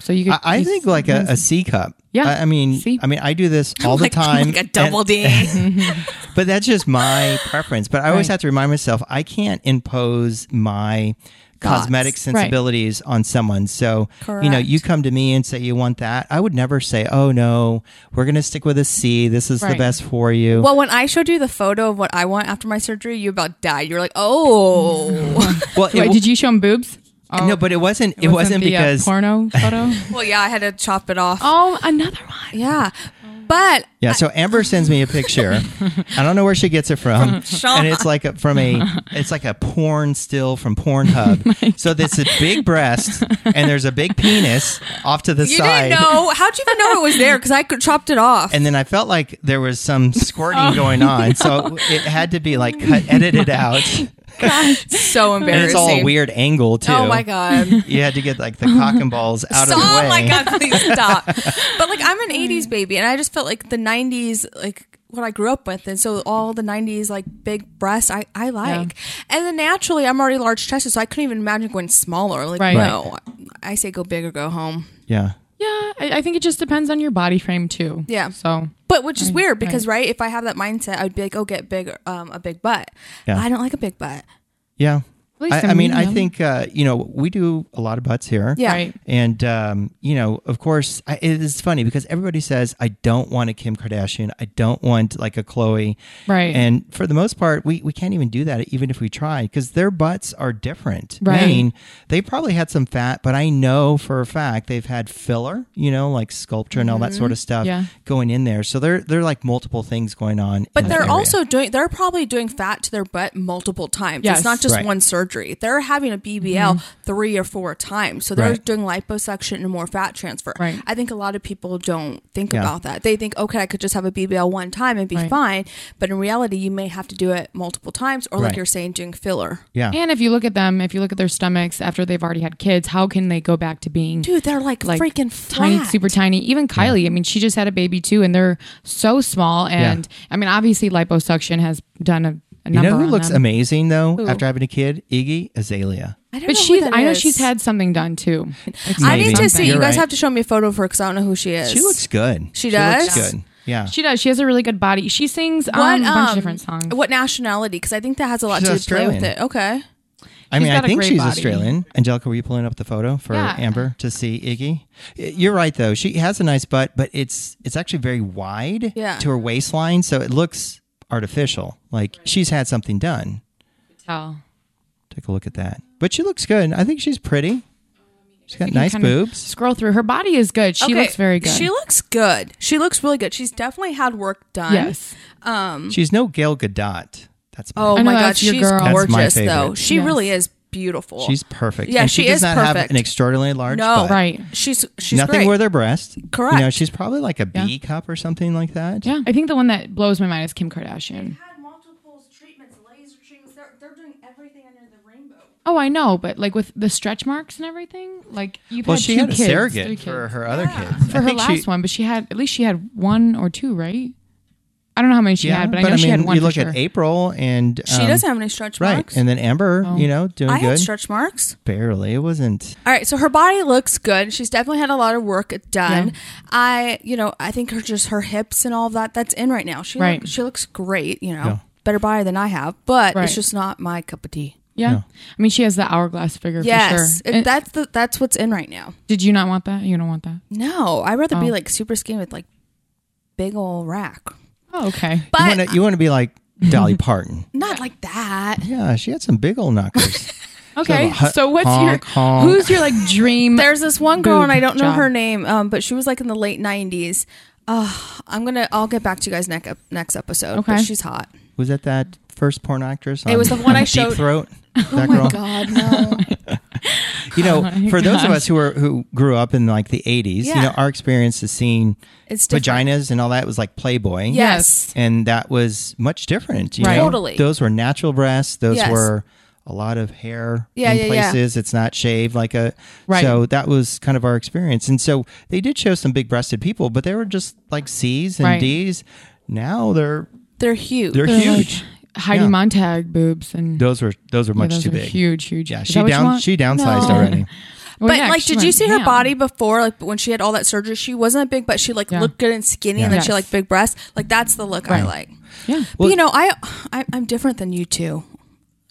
Speaker 3: So you, could,
Speaker 1: I, I
Speaker 3: you-
Speaker 1: think like a, a C cup.
Speaker 3: Yeah.
Speaker 1: I, I mean
Speaker 3: C.
Speaker 1: I mean I do this all the
Speaker 2: Oh Like-
Speaker 1: time.
Speaker 2: like a double
Speaker 1: and-
Speaker 2: D.
Speaker 1: But that's just my preference. But I always
Speaker 3: Right.
Speaker 1: have to remind myself I can't impose my
Speaker 2: Thoughts.
Speaker 1: cosmetic sensibilities on someone. So, you know,
Speaker 2: Correct.
Speaker 1: you come to me and say you want that. I would never say, "Oh no, we're going to stick with a C. This is the
Speaker 3: Right.
Speaker 1: best for you."
Speaker 2: well, when I showed you the photo of what I want after my surgery, you about died. You were like, oh.
Speaker 1: well it
Speaker 3: Wait,
Speaker 1: w-
Speaker 3: did you show them boobs? Oh,
Speaker 1: No, but it wasn't it, wasn't,
Speaker 3: the, uh,
Speaker 1: because
Speaker 3: porno photo.
Speaker 2: well, yeah, I had to chop it off.
Speaker 3: oh, another one.
Speaker 2: Yeah. But
Speaker 1: Yeah, so Amber sends me a picture. I don't know where she gets it from, and it's like a, from a it's like a porn still from Pornhub. so there's a big breast and there's a big penis off to the
Speaker 2: you
Speaker 1: side,
Speaker 2: didn't know. How'd you even know it was there? Because I could- chopped it off.
Speaker 1: and then I felt like there was some squirting
Speaker 2: Oh.
Speaker 1: going on, so it had to be like cut, edited out,
Speaker 2: so embarrassing.
Speaker 1: and it's all a weird angle too.
Speaker 2: Oh my god.
Speaker 1: You had to get like the cock and balls out of the
Speaker 2: stop!
Speaker 1: way.
Speaker 2: my god, please stop. but like, I'm an '80s baby, and I just felt like the '90s, like what I grew up with, and so all the '90s like big breasts, I I like. And then naturally, I'm already large chested, so I couldn't even imagine going smaller. Like,
Speaker 3: Right.
Speaker 2: no, I say go big or go home.
Speaker 1: Yeah,
Speaker 3: Yeah, I, I think it just depends on your body frame too.
Speaker 2: Yeah.
Speaker 3: So
Speaker 2: But which is weird because right. if I have that mindset, I'd be like, oh, get big, um, a big butt.
Speaker 1: Yeah.
Speaker 2: I don't like a big butt.
Speaker 1: yeah.
Speaker 3: least
Speaker 1: I,
Speaker 3: a
Speaker 1: I mean, I
Speaker 3: medium.
Speaker 1: think uh, you know we do a lot of butts here.
Speaker 2: Yeah.
Speaker 3: right.
Speaker 1: And um, you know, of course, I, it is funny because everybody says I don't want a Kim Kardashian, I don't want like a Chloe,
Speaker 3: Right.
Speaker 1: And for the most part, we we can't even do that even if we try because their butts are different.
Speaker 3: Right.
Speaker 1: I mean, they probably had some fat, but I know for a fact they've had filler, you know, like sculpture and all that sort of stuff
Speaker 3: Mm-hmm. Yeah.
Speaker 1: going in there. So they're they're like multiple things going on.
Speaker 2: But
Speaker 1: in
Speaker 2: they're
Speaker 1: that area.
Speaker 2: also doing. They're probably doing fat to their butt multiple times.
Speaker 3: Yes.
Speaker 2: It's not just
Speaker 1: Right.
Speaker 2: one surgery. They're having a BBL three or four times. So they're
Speaker 1: Right.
Speaker 2: doing liposuction and more fat transfer.
Speaker 3: Right.
Speaker 2: I think a lot of people don't think
Speaker 1: Yeah.
Speaker 2: about that. They think, okay, I could just have a BBL one time and be
Speaker 3: Right.
Speaker 2: fine. But in reality, you may have to do it multiple times or,
Speaker 1: Right.
Speaker 2: like you're saying, doing filler.
Speaker 1: Yeah.
Speaker 3: And if you look at them, if you look at their stomachs after they've already had kids, how can they go back to being
Speaker 2: Dude, they're like,
Speaker 3: like
Speaker 2: freaking
Speaker 3: tiny,
Speaker 2: flat.
Speaker 3: super tiny? Even Kylie, I mean, she just had a baby too, and they're so small. And I mean, obviously, liposuction has done a, a
Speaker 1: you
Speaker 3: number.
Speaker 1: know who
Speaker 3: on
Speaker 1: looks
Speaker 3: them.
Speaker 1: amazing though after having a kid? Iggy Azalea.
Speaker 2: I don't
Speaker 3: But
Speaker 2: know who
Speaker 3: she's,
Speaker 2: that
Speaker 3: I know
Speaker 2: is.
Speaker 3: she's had something done too. It's
Speaker 2: I
Speaker 1: Maybe.
Speaker 2: need to see.
Speaker 1: You're
Speaker 2: you guys
Speaker 1: right.
Speaker 2: have to show me a photo of her because I don't know who she is.
Speaker 1: She looks good.
Speaker 2: She
Speaker 1: looks
Speaker 2: does?
Speaker 1: good. Yeah.
Speaker 3: She does. She has a really good body. She sings um, a bunch of
Speaker 2: um,
Speaker 3: different songs.
Speaker 2: What nationality? Because I think that has a lot
Speaker 1: She's
Speaker 2: to play
Speaker 1: Australian.
Speaker 2: with it. Okay.
Speaker 1: I
Speaker 3: She's
Speaker 1: mean, I
Speaker 3: got a
Speaker 1: think
Speaker 3: great
Speaker 1: she's
Speaker 3: body.
Speaker 1: Australian. Angelica, were you pulling up the photo for
Speaker 3: Yeah.
Speaker 1: Amber to see Iggy? Y- You're right, though. She has a nice butt, but it's it's actually very wide
Speaker 2: Yeah.
Speaker 1: to her waistline, so it looks artificial. Like she's had something done.
Speaker 3: Tell.
Speaker 1: Take a look at that. But she looks good. I think she's pretty. She's got nice
Speaker 3: kinda
Speaker 1: boobs.
Speaker 3: Scroll through. Her body is good. She
Speaker 2: Okay,
Speaker 3: looks very good.
Speaker 2: She looks good. She looks really good. She's definitely had work done.
Speaker 3: yes.
Speaker 1: She's no Gail Godot. That's my,
Speaker 2: um, Oh
Speaker 3: I know,
Speaker 2: my God,
Speaker 3: that's your
Speaker 2: she's
Speaker 3: girl. That's my
Speaker 2: gorgeous
Speaker 1: favorite.
Speaker 2: though. She
Speaker 3: Yes.
Speaker 2: really is beautiful.
Speaker 1: she's perfect.
Speaker 2: Yeah,
Speaker 1: and
Speaker 2: she
Speaker 1: does
Speaker 2: is
Speaker 1: not have
Speaker 2: perfect.
Speaker 1: an extraordinarily large
Speaker 2: no
Speaker 1: butt.
Speaker 3: Right.
Speaker 2: She's she's
Speaker 1: Nothing
Speaker 2: great.
Speaker 1: with her breast. You know,
Speaker 2: Correct.
Speaker 1: she's probably like a B cup or something like that.
Speaker 3: Yeah. I think the one that blows my mind is Kim Kardashian.
Speaker 2: had multiple treatments, laser treatments. They're, they're doing everything under the rainbow.
Speaker 3: Oh, I know, but like with the stretch marks and everything, like you've
Speaker 1: Well,
Speaker 3: had
Speaker 1: she
Speaker 3: two
Speaker 1: had a
Speaker 3: kids, three
Speaker 1: surrogate
Speaker 3: kids.
Speaker 1: for her other kids.
Speaker 3: for her last one, but she had at least she had one or two, right? I don't know how many she had, but I know she had one.
Speaker 1: You
Speaker 3: for
Speaker 1: look
Speaker 3: sure.
Speaker 1: at April and
Speaker 2: She
Speaker 1: um,
Speaker 2: doesn't have any stretch
Speaker 1: right,
Speaker 2: marks.
Speaker 1: and then Amber,
Speaker 3: Oh.
Speaker 1: you know, doing
Speaker 2: I
Speaker 1: good.
Speaker 2: had stretch marks.
Speaker 1: Barely, it wasn't.
Speaker 2: All right, so her body looks good. She's definitely had a lot of work done.
Speaker 3: Yeah.
Speaker 2: I, you know, I think her just her hips and all of that that's in right now. She
Speaker 3: Right.
Speaker 2: look, she looks great, you know.
Speaker 1: Yeah.
Speaker 2: Better body than I have, but
Speaker 3: Right.
Speaker 2: it's just not my cup of tea.
Speaker 3: yeah. I mean, she has the hourglass figure
Speaker 2: Yes,
Speaker 3: for sure.
Speaker 2: it-
Speaker 3: And
Speaker 2: that's the that's what's in right now.
Speaker 3: did you not want that? You don't want that?
Speaker 2: No, I'd rather be like super skinny with like big ol' rack,
Speaker 3: Oh, okay.
Speaker 2: but
Speaker 1: you want to you wanna be like Dolly Parton?
Speaker 2: not like that.
Speaker 1: Yeah, she had some big old knockers.
Speaker 3: Okay.
Speaker 1: So,
Speaker 3: So what's
Speaker 1: honk,
Speaker 3: your
Speaker 1: honk.
Speaker 3: who's your like dream?
Speaker 2: There's this one girl,
Speaker 3: Boob
Speaker 2: and I don't know
Speaker 3: job.
Speaker 2: her name, um, but she was like in the late '90s. Uh, I'm gonna. I'll get back to you guys next next episode. Okay,
Speaker 3: Okay.
Speaker 2: she's hot.
Speaker 1: was that that first porn actress? On,
Speaker 2: was the one I
Speaker 1: Deep
Speaker 2: showed-
Speaker 1: Throat. That
Speaker 2: Oh
Speaker 1: girl.
Speaker 2: my god, no.
Speaker 1: You know,
Speaker 3: my
Speaker 1: for those of
Speaker 3: gosh.
Speaker 1: us who are who grew up in like the '80s, you
Speaker 2: Yeah.
Speaker 1: know, our experience is seeing
Speaker 2: It's different.
Speaker 1: vaginas and all that was like Playboy.
Speaker 2: Yes.
Speaker 1: and that was much different. You
Speaker 3: Right.
Speaker 1: know?
Speaker 2: Totally.
Speaker 1: Those were natural breasts. Those
Speaker 2: Yes.
Speaker 1: were a lot of hair
Speaker 2: Yeah,
Speaker 1: in
Speaker 2: yeah, yeah.
Speaker 1: places. It's not shaved like a.
Speaker 3: Right.
Speaker 1: So that was kind of our experience, and so they did show some big-breasted people, but they were just like C's and
Speaker 3: Right.
Speaker 1: D's. Now they're
Speaker 2: They're huge.
Speaker 1: they're
Speaker 3: They're like
Speaker 1: huge.
Speaker 3: Heidi
Speaker 1: Yeah.
Speaker 3: Montag boobs and
Speaker 1: those were those were
Speaker 3: yeah,
Speaker 1: much
Speaker 3: those
Speaker 1: too
Speaker 3: are
Speaker 1: big.
Speaker 3: huge, huge.
Speaker 1: Yeah,
Speaker 3: Is
Speaker 1: she
Speaker 3: that what you
Speaker 1: down
Speaker 3: want?
Speaker 1: she downsized
Speaker 2: No.
Speaker 1: already.
Speaker 3: Well,
Speaker 2: but
Speaker 3: yeah,
Speaker 2: like,
Speaker 3: she
Speaker 2: did you
Speaker 3: went,
Speaker 2: see her
Speaker 3: "Damn."
Speaker 2: body before? Like when she had all that surgery, she wasn't big, but she like
Speaker 3: Yeah.
Speaker 2: looked good and skinny,
Speaker 1: Yeah.
Speaker 2: and then she
Speaker 3: Yes.
Speaker 2: had, like big breasts. Like that's the look I like.
Speaker 3: Yeah.
Speaker 2: but you know, I, I I'm different than you two.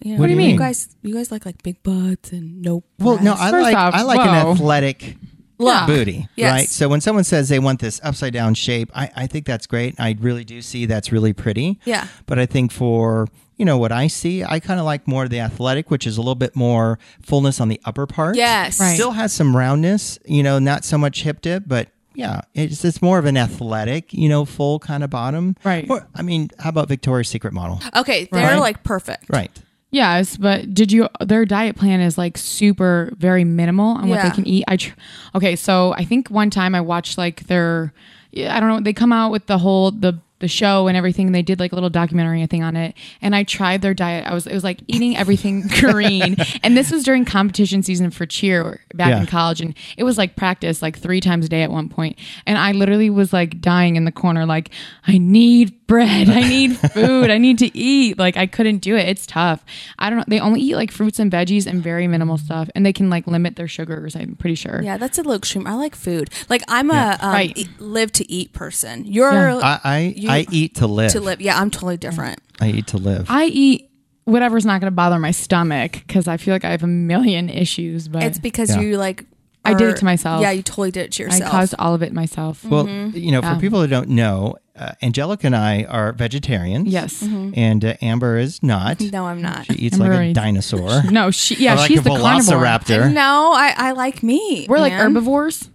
Speaker 2: You know,
Speaker 1: What do you mean?
Speaker 2: You guys, you guys like like big butts and no.
Speaker 1: Well, no,
Speaker 2: breasts.
Speaker 1: I
Speaker 3: First
Speaker 1: like
Speaker 3: off,
Speaker 1: I like an
Speaker 3: whoa.
Speaker 1: athletic
Speaker 3: Look.
Speaker 1: booty,
Speaker 2: Uh, Yes.
Speaker 1: right? So when someone says they want this upside down shape, I, I think that's great. I really do see that's really pretty.
Speaker 2: Yeah.
Speaker 1: But I think for you know what I see, I kind of like more the athletic, which is a little bit more fullness on the upper part.
Speaker 2: yes,
Speaker 3: Right.
Speaker 1: Still has some roundness, you know, not so much hip dip, but yeah, it's it's more of an athletic, you know, full kind of bottom.
Speaker 3: Right.
Speaker 1: Or, I mean, how about Victoria's Secret model?
Speaker 2: Okay, they're
Speaker 1: Right.
Speaker 2: like perfect.
Speaker 1: Right.
Speaker 3: Yes, but did you? Their diet plan is like super, very minimal on what
Speaker 2: Yeah.
Speaker 3: they can eat. I tr- okay, so I think one time I watched like their, yeah, I don't know, they come out with the whole the the show and everything. And they did like a little documentary thing on it, and I tried their diet. I was it was like eating everything green, and this was during competition season for cheer back
Speaker 1: Yeah.
Speaker 3: in college, and it was like practice like three times a day at one point, and I literally was like dying in the corner, like I need bread. I need food. I need to eat. Like I couldn't do it. It's tough. I don't know. They only eat like fruits and veggies and very minimal stuff, and they can like limit their sugars. I'm pretty sure.
Speaker 2: Yeah, that's a little extreme. I like food. Like I'm a um,
Speaker 3: Right.
Speaker 2: eat- live to eat person. You're
Speaker 3: Yeah.
Speaker 1: I I,
Speaker 2: You-
Speaker 1: I eat to live.
Speaker 2: to live. Yeah, I'm totally different.
Speaker 1: I eat to live.
Speaker 3: I eat whatever's not going to bother my stomach because I feel like I have a million issues. But
Speaker 2: It's because
Speaker 1: Yeah.
Speaker 2: you like.
Speaker 3: I did it
Speaker 2: are-
Speaker 3: to myself.
Speaker 2: Yeah, you totally did it to
Speaker 3: I
Speaker 2: yourself.
Speaker 3: caused all of it myself.
Speaker 1: Well,
Speaker 2: Mm-hmm.
Speaker 1: you know, for people who don't know, uh, Angelica and I are vegetarians.
Speaker 3: Yes.
Speaker 1: And uh, Amber is not.
Speaker 2: Mm-hmm. no, I'm not.
Speaker 1: She eats
Speaker 3: Amber
Speaker 1: like a
Speaker 3: eats-
Speaker 1: dinosaur.
Speaker 3: no, she yeah,
Speaker 1: or like
Speaker 3: she's
Speaker 1: a
Speaker 3: the carnivore.
Speaker 1: velociraptor.
Speaker 2: No, I, I like meat.
Speaker 3: We're like
Speaker 2: man.
Speaker 3: herbivores.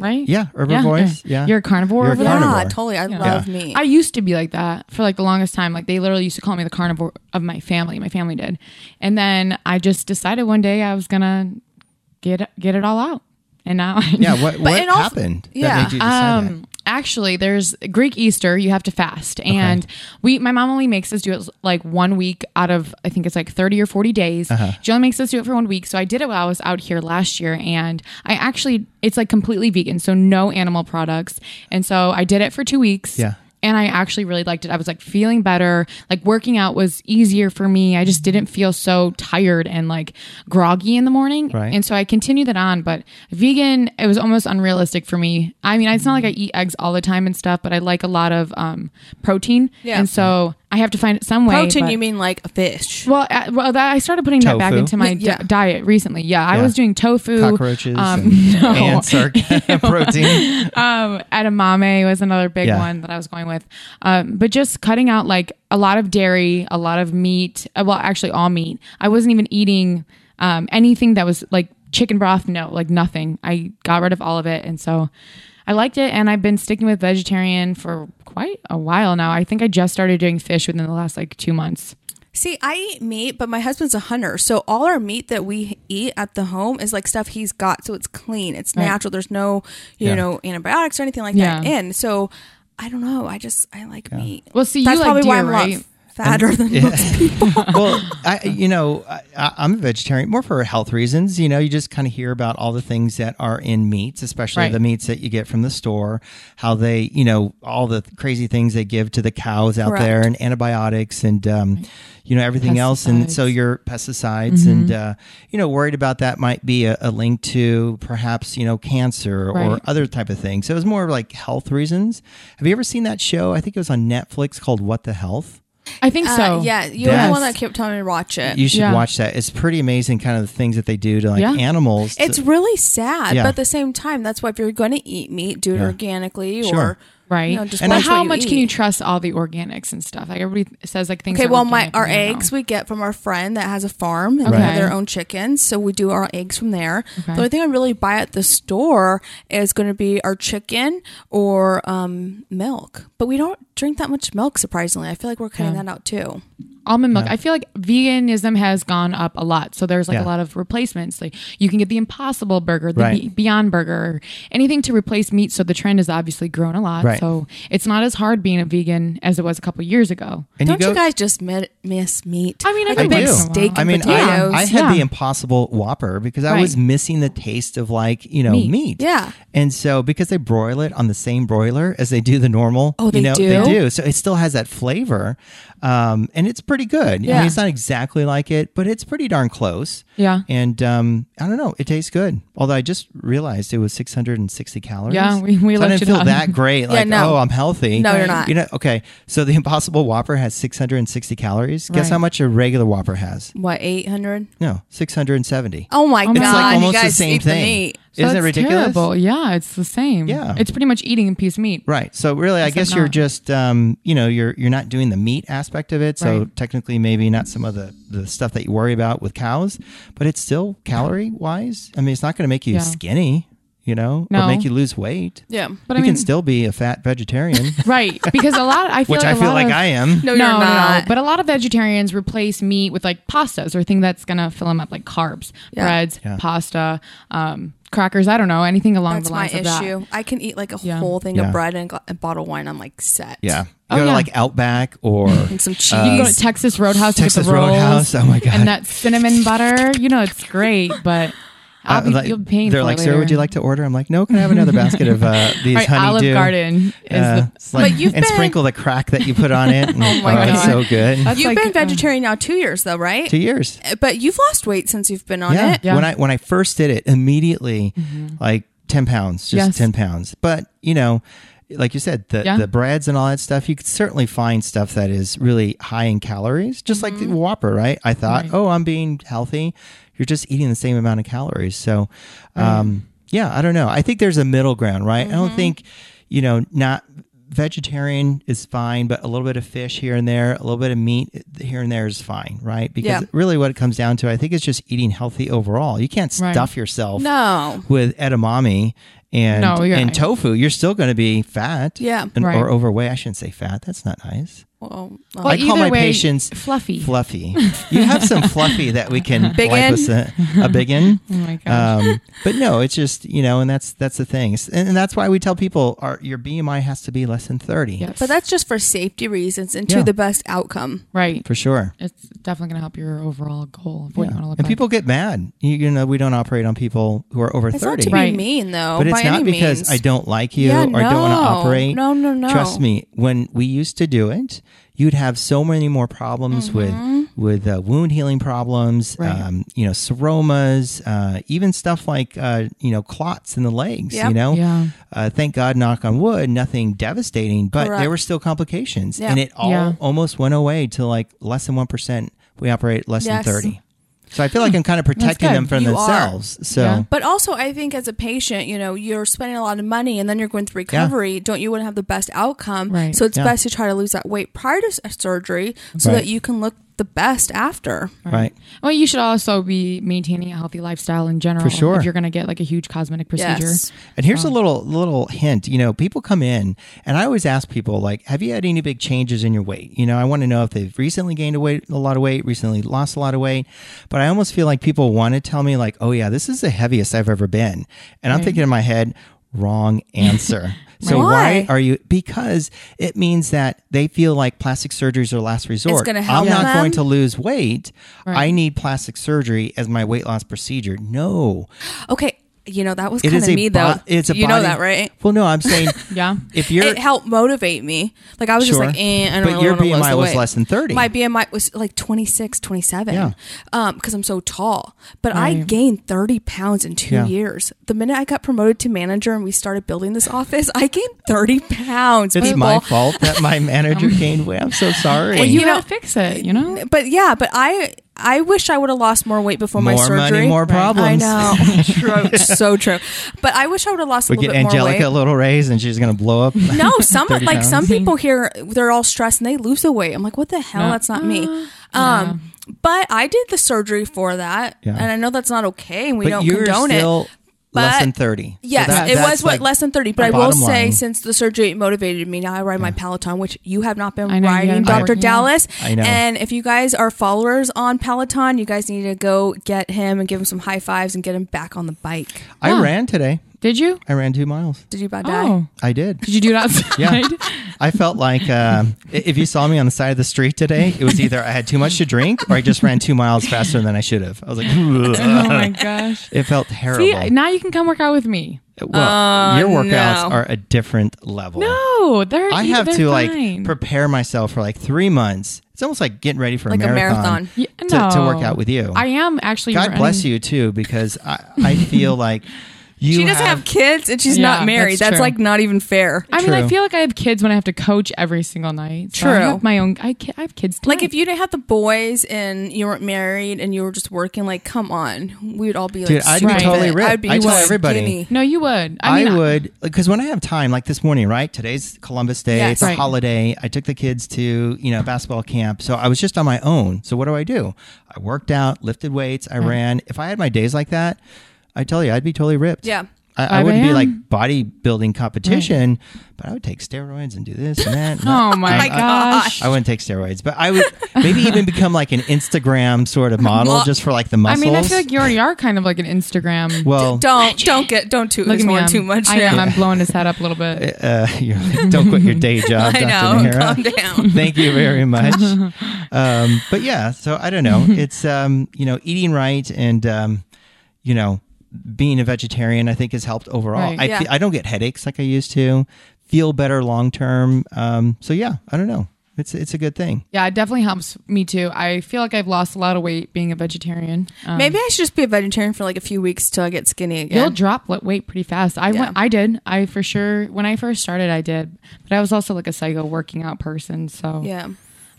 Speaker 3: right?
Speaker 1: Uh, yeah, urban voice, yeah.
Speaker 3: You're a carnivore.
Speaker 1: You're a
Speaker 3: over there?
Speaker 1: carnivore.
Speaker 2: Yeah, totally. I love meat.
Speaker 3: I used to be like that for like the longest time. Like they literally used to call me the carnivore of my family. My family did, and then I just decided one day I was gonna get get it all out, and now
Speaker 1: Yeah, what what
Speaker 2: it also-
Speaker 1: happened
Speaker 2: yeah,
Speaker 1: that made you decide that?
Speaker 3: um, actually, there's Greek Easter. You have to fast, and we. My mom only makes us do it like one week out of I think it's like thirty or forty days.
Speaker 1: Uh-huh.
Speaker 3: She only makes us do it for one week. So I did it while I was out here last year, and I actually it's like completely vegan, so no animal products. And so I did it for two weeks.
Speaker 1: Yeah.
Speaker 3: And I actually really liked it. I was like feeling better. Like working out was easier for me. I just didn't feel so tired and like groggy in the morning.
Speaker 1: Right.
Speaker 3: And so I continued that on, but vegan, it was almost unrealistic for me. I mean, it's not like I eat eggs all the time and stuff, but I like a lot of um, protein.
Speaker 2: Yeah.
Speaker 3: And so I have to find some way.
Speaker 2: Protein,
Speaker 3: but-
Speaker 2: you mean like a fish?
Speaker 3: well, uh, well, that, I started putting that back
Speaker 1: Tofu?
Speaker 3: into my
Speaker 2: Yeah.
Speaker 3: di- diet recently. Yeah, I
Speaker 1: Yeah.
Speaker 3: was doing tofu,
Speaker 1: Cockroaches
Speaker 3: um,
Speaker 1: and
Speaker 3: no.
Speaker 1: ants are protein.
Speaker 3: um, edamame was another big
Speaker 1: Yeah.
Speaker 3: one that I was going with. Um, but just cutting out like a lot of dairy, a lot of meat. uh, Well, actually, all meat. I wasn't even eating um, anything that was like chicken broth. No, like nothing. I got rid of all of it, and so I liked it. And I've been sticking with vegetarian for quite a while now. I think I just started doing fish within the last like two months.
Speaker 2: See, I eat meat, but my husband's a hunter. So all our meat that we eat at the home is like stuff he's got. So it's clean, it's natural. There's no, you
Speaker 1: Yeah.
Speaker 2: know, antibiotics or anything like that
Speaker 3: Yeah.
Speaker 2: in. So I don't know. I just, I like meat.
Speaker 3: Well, see, you
Speaker 2: That's
Speaker 3: like
Speaker 2: probably why
Speaker 3: deer,
Speaker 2: I'm a
Speaker 3: right?
Speaker 2: lot fatter than most people.
Speaker 1: well, I, you know, I, I- I'm a vegetarian more for health reasons. You know, you just kind of hear about all the things that are in meats, especially
Speaker 3: Right.
Speaker 1: the meats that you get from the store, how they, you know, all the crazy things they give to the cows out
Speaker 2: Correct.
Speaker 1: there and antibiotics and, um, you know, everything else. And so
Speaker 3: Pesticides. Mm-hmm.
Speaker 1: your pesticides and, uh, you know, worried about that might be a, a link to perhaps, you know, cancer or
Speaker 3: Right.
Speaker 1: other type of things. So it was more of like health reasons. Have you ever seen that show? I think it was on Netflix called What the Health.
Speaker 3: I think so.
Speaker 2: Uh, yeah, you were the
Speaker 1: That's-
Speaker 2: one that kept telling me to watch it.
Speaker 1: You should
Speaker 3: Yeah.
Speaker 1: watch that. It's pretty amazing, kind of the things that they do to like
Speaker 3: Yeah.
Speaker 1: animals. to-
Speaker 2: it's really sad,
Speaker 1: Yeah.
Speaker 2: but at the same time, that's why if you're going to eat meat, do it
Speaker 1: Yeah.
Speaker 2: organically
Speaker 1: Sure.
Speaker 2: or
Speaker 3: Right.
Speaker 2: You know, just
Speaker 1: And
Speaker 3: but
Speaker 1: watch
Speaker 3: how
Speaker 2: what you
Speaker 3: much can you
Speaker 2: eat.
Speaker 3: trust all the organics and stuff? Like everybody says, like things.
Speaker 2: Okay,
Speaker 3: are
Speaker 2: well, my
Speaker 3: organic,
Speaker 2: our
Speaker 3: and I don't
Speaker 2: eggs
Speaker 3: know.
Speaker 2: we get from our friend that has a farm and they
Speaker 3: Right.
Speaker 2: have their own chickens, so we do our eggs from there.
Speaker 3: Okay.
Speaker 2: The only thing I really buy at the store is going to be our chicken or um, milk, but we don't drink that much milk. Surprisingly, I feel like we're cutting that out too.
Speaker 3: almond milk. I feel like veganism has gone up a lot, so there's like
Speaker 1: Yeah.
Speaker 3: a lot of replacements. Like you can get the Impossible Burger, the
Speaker 1: Right.
Speaker 3: Be- Beyond Burger, anything to replace meat. So the trend has obviously grown a lot.
Speaker 1: Right.
Speaker 3: So it's not as hard being a vegan as it was a couple years ago.
Speaker 1: and
Speaker 2: don't you,
Speaker 1: go-
Speaker 2: guys just mi- miss meat?
Speaker 3: I mean, I
Speaker 2: like
Speaker 3: do.
Speaker 2: a big
Speaker 3: I do.
Speaker 2: steak and
Speaker 1: I mean, I, um,
Speaker 2: potatoes.
Speaker 1: I had the
Speaker 3: Yeah.
Speaker 1: Impossible Whopper because I
Speaker 3: Right.
Speaker 1: was missing the taste of like you know meat.
Speaker 3: Meat.
Speaker 2: Yeah.
Speaker 1: and so because they broil it on the same broiler as they do the normal.
Speaker 2: Oh, they
Speaker 1: you know,
Speaker 2: do?
Speaker 1: They do. So it still has that flavor, um, and it's pretty good. I
Speaker 2: Yeah.
Speaker 1: mean, it's not exactly like it, but it's pretty darn close.
Speaker 3: Yeah.
Speaker 1: and um, I don't know, it tastes good. Although I just realized it was 660 calories.
Speaker 3: Yeah, we- we
Speaker 1: so I
Speaker 3: looked
Speaker 1: didn't
Speaker 3: it
Speaker 1: feel
Speaker 3: up.
Speaker 1: that great. Like,
Speaker 2: no.
Speaker 1: oh, I'm healthy.
Speaker 2: No, you're not.
Speaker 1: You know, okay. So the Impossible Whopper has 660 calories. Guess
Speaker 3: Right.
Speaker 1: how much a regular Whopper has?
Speaker 2: what eight hundred?
Speaker 1: No, 670.
Speaker 2: Oh my god!
Speaker 3: my It's like
Speaker 2: you guys eat the meat.
Speaker 3: So
Speaker 1: Isn't it
Speaker 3: it's
Speaker 1: ridiculous?
Speaker 3: Terrible. Yeah, it's the same.
Speaker 1: Yeah.
Speaker 3: it's pretty much eating a piece of meat.
Speaker 1: Right. So really, I
Speaker 3: Is it
Speaker 1: guess you're
Speaker 3: not?
Speaker 1: just, um, you know, you're you're not doing the meat aspect of it. So
Speaker 3: Right.
Speaker 1: technically, maybe not some of the the stuff that you worry about with cows, but it's still calorie wise. I mean, it's not going to make you
Speaker 3: Yeah.
Speaker 1: skinny, you know, or
Speaker 3: No.
Speaker 1: make you lose weight.
Speaker 2: Yeah.
Speaker 3: But
Speaker 1: you
Speaker 3: I mean,
Speaker 1: can still be a fat vegetarian,
Speaker 3: right? Because a lot, I feel
Speaker 1: which
Speaker 3: like
Speaker 1: I
Speaker 3: a
Speaker 1: feel
Speaker 3: lot
Speaker 1: like
Speaker 3: of-
Speaker 1: I am.
Speaker 2: No, you're not.
Speaker 3: But a lot of vegetarians replace meat with like pastas or thing that's gonna fill them up, like carbs,
Speaker 2: Yeah.
Speaker 3: breads,
Speaker 1: Yeah.
Speaker 3: pasta, um, crackers. I don't know anything along
Speaker 2: That's
Speaker 3: the
Speaker 2: my
Speaker 3: lines of that.
Speaker 2: issue. I can eat like a
Speaker 3: Yeah.
Speaker 2: whole thing
Speaker 1: Yeah.
Speaker 2: of bread and a gla- a bottle of wine. I'm like set.
Speaker 1: Yeah. Uh,
Speaker 3: Oh,
Speaker 1: go to
Speaker 3: yeah.
Speaker 1: like Outback or
Speaker 2: And some cheese.
Speaker 3: You can go to Texas Roadhouse, to
Speaker 1: Texas
Speaker 3: get the rolls,
Speaker 1: Roadhouse. Oh my god.
Speaker 3: and that cinnamon butter. You know it's great, but I'll
Speaker 1: Uh,
Speaker 3: be,
Speaker 1: like,
Speaker 3: you'll be paying
Speaker 1: they're
Speaker 3: for
Speaker 1: like,
Speaker 3: it
Speaker 1: sir, would
Speaker 3: later.
Speaker 1: you like to order? I'm like, no, can I have another basket of uh, these
Speaker 3: All right,
Speaker 1: honeydew?
Speaker 3: Olive Garden is
Speaker 1: Uh,
Speaker 3: the
Speaker 1: it's like-
Speaker 2: But you've
Speaker 1: and
Speaker 2: been-
Speaker 1: sprinkle the crack that you put on it. And, oh
Speaker 3: my
Speaker 1: it's
Speaker 3: God.
Speaker 1: so good.
Speaker 3: That's
Speaker 2: You've
Speaker 3: like,
Speaker 2: been
Speaker 3: uh,
Speaker 2: vegetarian now two years though, right? Uh,
Speaker 1: Two years.
Speaker 2: But you've lost weight since you've been on
Speaker 1: Yeah.
Speaker 2: it. Mm-hmm.
Speaker 3: Yeah.
Speaker 1: When I when I first did it, immediately like ten pounds, just
Speaker 3: Yes.
Speaker 1: ten pounds. But you know, like you said, the
Speaker 3: Yeah.
Speaker 1: the breads and all that stuff, you could certainly find stuff that is really high in calories, just like
Speaker 2: Mm-hmm.
Speaker 1: the Whopper, right? I thought, oh, I'm being healthy. You're just eating the same amount of calories. So,
Speaker 2: Mm.
Speaker 1: um, yeah, I don't know. I think there's a middle ground, right? I
Speaker 2: Mm-hmm.
Speaker 1: don't think, you know, not vegetarian is fine, but a little bit of fish here and there, a little bit of meat eh, here and there is fine, right? Because
Speaker 2: Yeah.
Speaker 1: really what it comes down to, I think, is just eating healthy overall. You can't
Speaker 3: Right.
Speaker 1: stuff yourself
Speaker 2: No.
Speaker 1: with edamame and
Speaker 3: No, you're
Speaker 1: and
Speaker 3: right.
Speaker 1: tofu, you're still going to be fat,
Speaker 2: Yeah.
Speaker 1: and,
Speaker 3: Right.
Speaker 1: or overweight. I shouldn't say fat. That's not nice.
Speaker 2: Well, uh,
Speaker 3: Well,
Speaker 1: I call
Speaker 3: either
Speaker 1: my
Speaker 3: way,
Speaker 1: patients
Speaker 3: fluffy.
Speaker 1: Fluffy. You have some fluffy that we can
Speaker 2: Biggin?
Speaker 1: liposu- a biggin.
Speaker 3: oh my gosh.
Speaker 1: Um, but no, it's just you know, and that's that's the thing, S- and, and that's why we tell people our, your BMI has to be less than thirty
Speaker 3: yes.
Speaker 2: but that's just for safety reasons and
Speaker 1: Yeah.
Speaker 2: to the best outcome.
Speaker 3: right.
Speaker 1: for sure.
Speaker 3: It's definitely gonna help your overall goal of what
Speaker 1: Yeah.
Speaker 3: you want to look
Speaker 1: And
Speaker 3: like.
Speaker 1: people get mad. You, you know, we don't operate on people who are over
Speaker 2: It's not
Speaker 1: thirty.
Speaker 2: to be
Speaker 3: Right.
Speaker 2: mean though,
Speaker 1: But
Speaker 2: Oh, by
Speaker 1: it's not
Speaker 2: any
Speaker 1: because
Speaker 2: means.
Speaker 1: I don't like you
Speaker 2: Yeah,
Speaker 1: or I don't want to
Speaker 2: no.
Speaker 1: operate.
Speaker 2: No, no, no.
Speaker 1: Trust me, when we used to do it, you'd have so many more problems
Speaker 2: Mm-hmm.
Speaker 1: with with uh, wound healing problems,
Speaker 3: Right.
Speaker 1: um, you know, seromas, uh, even stuff like uh, you know clots in the legs.
Speaker 2: Yep.
Speaker 1: You know,
Speaker 3: Yeah.
Speaker 1: uh, thank God, knock on wood, nothing devastating, but there
Speaker 2: Correct.
Speaker 1: were still complications,
Speaker 2: Yeah.
Speaker 1: and it all
Speaker 3: Yeah.
Speaker 1: almost went away to like less than one percent. We operate less
Speaker 2: Yes.
Speaker 1: than thirty. So I feel like I'm kind of protecting
Speaker 3: good.
Speaker 1: them from
Speaker 2: You are.
Speaker 1: themselves. So
Speaker 3: Yeah.
Speaker 2: But also, I think as a patient, you know, you're spending a lot of money and then you're going through recovery. Don't you want to have the best outcome?
Speaker 3: Right.
Speaker 2: So it's
Speaker 1: Yeah.
Speaker 2: best to try to lose that weight prior to s- surgery so
Speaker 1: Right.
Speaker 2: that you can look the best after.
Speaker 1: right.
Speaker 3: Well, you should also be maintaining a healthy lifestyle in general.
Speaker 1: For sure.
Speaker 3: If you're gonna get like a huge cosmetic procedure.
Speaker 2: Yes.
Speaker 1: And here's
Speaker 2: Oh.
Speaker 1: a little little hint. You know, people come in, and I always ask people like, "Have you had any big changes in your weight?" You know, I want to know if they've recently gained a weight, a lot of weight, recently lost a lot of weight. But I almost feel like people want to tell me like, "Oh yeah, this is the heaviest I've ever been," and I'm thinking in my head, "Wrong answer." So why
Speaker 2: Why?
Speaker 1: are you? Because it means that they feel like plastic surgery is their last resort.
Speaker 2: gonna help
Speaker 1: I'm not
Speaker 2: them.
Speaker 1: going to lose weight. I need plastic surgery as my weight loss procedure. No,
Speaker 2: Okay. You know, that was
Speaker 1: it
Speaker 2: kind
Speaker 1: is
Speaker 2: of
Speaker 1: a
Speaker 2: me
Speaker 1: bo-
Speaker 2: though.
Speaker 1: It's a
Speaker 2: you know
Speaker 1: body-
Speaker 2: that, right?
Speaker 1: Well, no, I'm saying
Speaker 3: Yeah.
Speaker 1: if you're
Speaker 2: it helped motivate me. Like I was
Speaker 1: Sure.
Speaker 2: just like, eh, I don't
Speaker 1: But
Speaker 2: really
Speaker 1: your
Speaker 2: wanna lose
Speaker 1: BMI
Speaker 2: the
Speaker 1: was
Speaker 2: weight.
Speaker 1: less than 30.
Speaker 2: My BMI was like 26, 27.
Speaker 1: Yeah.
Speaker 2: because I'm so tall. But I gained 30 pounds in two
Speaker 1: Yeah.
Speaker 2: years. The minute I got promoted to manager and we started building this office, I gained 30 pounds.
Speaker 1: it's
Speaker 2: people.
Speaker 1: my fault that my manager gained weight. I'm so sorry.
Speaker 3: Well,
Speaker 2: You
Speaker 3: you, gotta
Speaker 2: know-
Speaker 3: fix it. You know.
Speaker 2: But yeah, but I I wish I would have lost more weight before my
Speaker 1: more
Speaker 2: surgery.
Speaker 1: money, more problems.
Speaker 2: I know. true. So true. But I wish I would have lost a
Speaker 1: We
Speaker 2: little
Speaker 1: get
Speaker 2: bit more weight.
Speaker 1: Angelica a little raise, and she's gonna blow up.
Speaker 2: No, some
Speaker 1: 30
Speaker 2: like
Speaker 1: pounds.
Speaker 2: some people here they're all stressed and they lose the weight. I'm like, what the hell?
Speaker 3: No.
Speaker 2: That's not me.
Speaker 3: Mm-hmm.
Speaker 2: Um, but I did the surgery for that,
Speaker 1: Yeah.
Speaker 2: and I know that's not okay, and we
Speaker 1: but
Speaker 2: don't
Speaker 1: you're
Speaker 2: condone
Speaker 1: still
Speaker 2: it.
Speaker 1: less
Speaker 2: but-
Speaker 1: than thirty. So
Speaker 2: Yes,
Speaker 1: that-
Speaker 2: it
Speaker 1: that's
Speaker 2: was what
Speaker 1: like-
Speaker 2: less than thirty. But I will
Speaker 1: bottom
Speaker 2: say,
Speaker 1: line.
Speaker 2: since the surgery motivated me, now I ride my Peloton, which you have not been
Speaker 3: I know, you
Speaker 2: riding,
Speaker 3: haven't been
Speaker 2: Doctor
Speaker 3: working out.
Speaker 2: Dallas.
Speaker 1: I know.
Speaker 2: And if you guys are followers on Peloton, you guys need to go get him and give him some high fives and get him back on the bike.
Speaker 1: I
Speaker 3: Huh.
Speaker 1: ran today.
Speaker 3: Did you?
Speaker 1: I ran two miles.
Speaker 2: Did you about die?
Speaker 3: Oh.
Speaker 1: I did.
Speaker 3: Did you do it outside?
Speaker 1: Yeah. I felt like um, i- if you saw me on the side of the street today, it was either I had too much to drink or I just ran two miles faster than I should have. I was like,
Speaker 3: oh my gosh.
Speaker 1: it felt terrible.
Speaker 3: See, now you can come work out with me.
Speaker 1: well, your workouts
Speaker 2: Oh, no.
Speaker 1: are a different level.
Speaker 3: No, Oh, they're.
Speaker 1: I have
Speaker 3: they're
Speaker 1: to
Speaker 3: fine.
Speaker 1: like prepare myself for like three months. It's almost like getting ready for
Speaker 2: Like
Speaker 1: a
Speaker 2: a
Speaker 1: marathon,
Speaker 2: marathon.
Speaker 3: Yeah,
Speaker 1: to, to
Speaker 3: no.
Speaker 1: work out with you.
Speaker 3: I am actually.
Speaker 1: God
Speaker 3: running-
Speaker 1: bless you too, because I, I feel like you
Speaker 2: She doesn't have, kids and she's
Speaker 3: Yeah,
Speaker 2: not married.
Speaker 3: that's
Speaker 2: That's,
Speaker 3: true.
Speaker 2: like not even fair.
Speaker 3: I mean,
Speaker 1: True.
Speaker 3: I feel like I have kids when I have to coach every single night. So I
Speaker 2: True.
Speaker 3: have my own. I, ki- I have kids.
Speaker 2: Like if
Speaker 3: tonight.
Speaker 2: you didn't have the boys and you weren't married and you were just working, like come on, we would all be like,
Speaker 1: Dude, I'd be
Speaker 2: super
Speaker 1: totally
Speaker 2: fit.
Speaker 1: ripped.
Speaker 2: I'd be
Speaker 1: I tell
Speaker 2: skinny.
Speaker 1: everybody.
Speaker 3: No, you would.
Speaker 1: I,
Speaker 3: I, mean,
Speaker 1: would because when I have time, like this morning, right? Today's Columbus Day.
Speaker 2: Yes.
Speaker 1: It's a
Speaker 3: Right.
Speaker 1: holiday. I took the kids to you know basketball camp, so I was just on my own. So what do I do? I worked out, lifted weights,
Speaker 3: Mm.
Speaker 1: I ran. If I had my days like that, I tell you, I'd be totally ripped.
Speaker 2: Yeah.
Speaker 1: I, I wouldn't be
Speaker 3: 5
Speaker 1: like
Speaker 3: a.m.
Speaker 1: bodybuilding competition, but I would take steroids and do this and that. and
Speaker 3: Oh
Speaker 1: that.
Speaker 3: my
Speaker 1: I-
Speaker 3: gosh.
Speaker 1: I, I wouldn't take steroids, but I would maybe even become like an Instagram sort of model
Speaker 2: Well,
Speaker 1: just for like the
Speaker 3: I
Speaker 1: muscles.
Speaker 3: mean, I feel like you already are kind of like an Instagram.
Speaker 1: well,
Speaker 2: Don't don't get don't toot
Speaker 3: Look
Speaker 2: his
Speaker 3: at me.
Speaker 2: horn
Speaker 3: I'm-
Speaker 2: too much.
Speaker 3: I am.
Speaker 2: now.
Speaker 3: I'm blowing his head up a little bit.
Speaker 1: uh, you're like, don't quit your day job,
Speaker 2: I
Speaker 1: Dr.
Speaker 2: know.
Speaker 1: Nehra.
Speaker 2: Calm down.
Speaker 1: Thank you very much. Um, but yeah, so I don't know. It's um, you know, eating right and um, you know, being a vegetarian I think has helped overall.
Speaker 3: Right.
Speaker 1: I
Speaker 2: Yeah.
Speaker 1: fe- I don't get headaches like I used to. Feel better long term. Um, so yeah, I don't know. It's it's a good thing.
Speaker 3: Yeah, it definitely helps me too. I feel like I've lost a lot of weight being a vegetarian. Um,
Speaker 2: Maybe I should just be a vegetarian for like a few weeks till I get skinny again.
Speaker 3: You'll drop le- weight pretty fast. I
Speaker 2: Yeah.
Speaker 3: went, I did. I for sure when I first started, I did. But I was also like a psycho working out person. So
Speaker 2: yeah.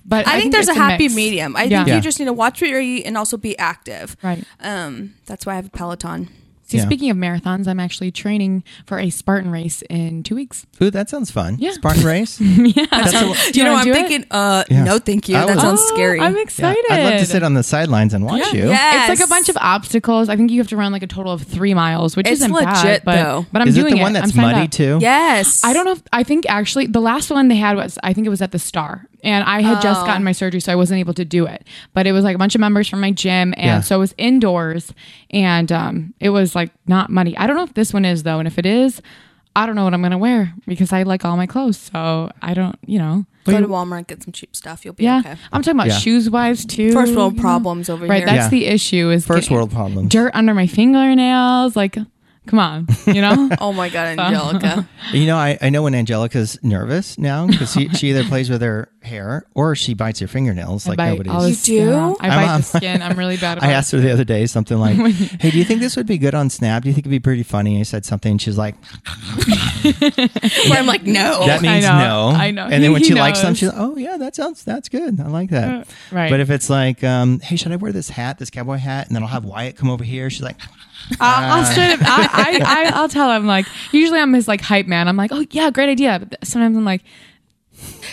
Speaker 3: But
Speaker 2: I, think, there's a
Speaker 3: it's
Speaker 2: happy
Speaker 3: mix.
Speaker 2: medium. I
Speaker 3: Yeah.
Speaker 2: think
Speaker 1: Yeah.
Speaker 2: you just need to watch what you eat and also be active.
Speaker 3: Right.
Speaker 2: Um, that's why I have a Peloton.
Speaker 3: See,
Speaker 1: Yeah.
Speaker 3: speaking of marathons, I'm actually training for a Spartan race in two weeks.
Speaker 1: Ooh, that sounds fun.
Speaker 3: Yeah.
Speaker 1: Spartan race. yeah. That's a-
Speaker 2: Do you know,
Speaker 3: wanna
Speaker 2: I'm
Speaker 3: do it?
Speaker 2: thinking, uh,
Speaker 1: Yeah.
Speaker 2: no, thank you.
Speaker 1: I
Speaker 2: That
Speaker 1: would-
Speaker 2: sounds
Speaker 3: Oh,
Speaker 2: scary.
Speaker 3: I'm excited.
Speaker 1: I'd love to sit on the sidelines and watch you.
Speaker 2: Yes.
Speaker 3: It's like a bunch of obstacles. I think you have to run like a total of three miles, which
Speaker 2: It's
Speaker 3: isn't
Speaker 2: legit,
Speaker 3: bad, but,
Speaker 2: though.
Speaker 3: But I'm
Speaker 1: Is
Speaker 3: doing
Speaker 1: it the one
Speaker 3: I'm
Speaker 1: that's
Speaker 3: signed
Speaker 1: muddy
Speaker 3: up.
Speaker 1: too?
Speaker 2: Yes.
Speaker 3: I don't know. If, I think actually the last one they had was I think it was at the Star, and I had just
Speaker 2: Oh.
Speaker 3: gotten my surgery, so I wasn't able to do it. But it was like a bunch of members from my gym, and
Speaker 1: Yeah.
Speaker 3: so it was indoors, and um, it was like not muddy. I don't know if this one is though, and if it is, I don't know what I'm gonna wear because I like all my clothes, so I don't, you know.
Speaker 2: Go to Walmart and get some cheap stuff. You'll be
Speaker 3: Yeah,
Speaker 2: okay.
Speaker 3: I'm talking about
Speaker 1: Yeah.
Speaker 3: shoes wise too.
Speaker 2: First world
Speaker 3: you know?
Speaker 2: problems over
Speaker 3: Mm-hmm. Right,
Speaker 2: here.
Speaker 3: that's
Speaker 1: Yeah.
Speaker 3: the issue. Is
Speaker 1: First
Speaker 3: getting
Speaker 1: world problems.
Speaker 3: dirt under my fingernails. Like, come on, you know.
Speaker 2: Oh my God, Angelica.
Speaker 1: You know, I, I know when Angelica's nervous now because she, she either plays with her hair or she bites her fingernails like
Speaker 3: I bite all the
Speaker 1: nobody's.
Speaker 3: skin
Speaker 2: do?
Speaker 3: off. I
Speaker 1: I'm-
Speaker 3: bite
Speaker 1: I'm-
Speaker 3: the skin. I'm really bad. About
Speaker 1: I
Speaker 3: it.
Speaker 1: asked her the other day something like, "Hey, do you think this would be good on Snap? Do you think it'd be pretty funny?" I said something, and she's like,
Speaker 2: Where I'm like, no.
Speaker 1: "That means
Speaker 3: know,
Speaker 1: no."
Speaker 3: Oh, I know.
Speaker 1: And then when
Speaker 3: He
Speaker 1: she likes something,
Speaker 3: knows.
Speaker 1: she's like, "Oh yeah, that sounds that's good. I like that."
Speaker 3: Uh, right.
Speaker 1: But if it's like, um, "Hey, should I wear this hat, this cowboy hat?" and then I'll have Wyatt come over here, she's like,
Speaker 3: I'll, I'll straight up, I, I, I, I'll tell him like, usually I'm his like hype man. I'm like, oh yeah, great idea. But th- sometimes I'm like,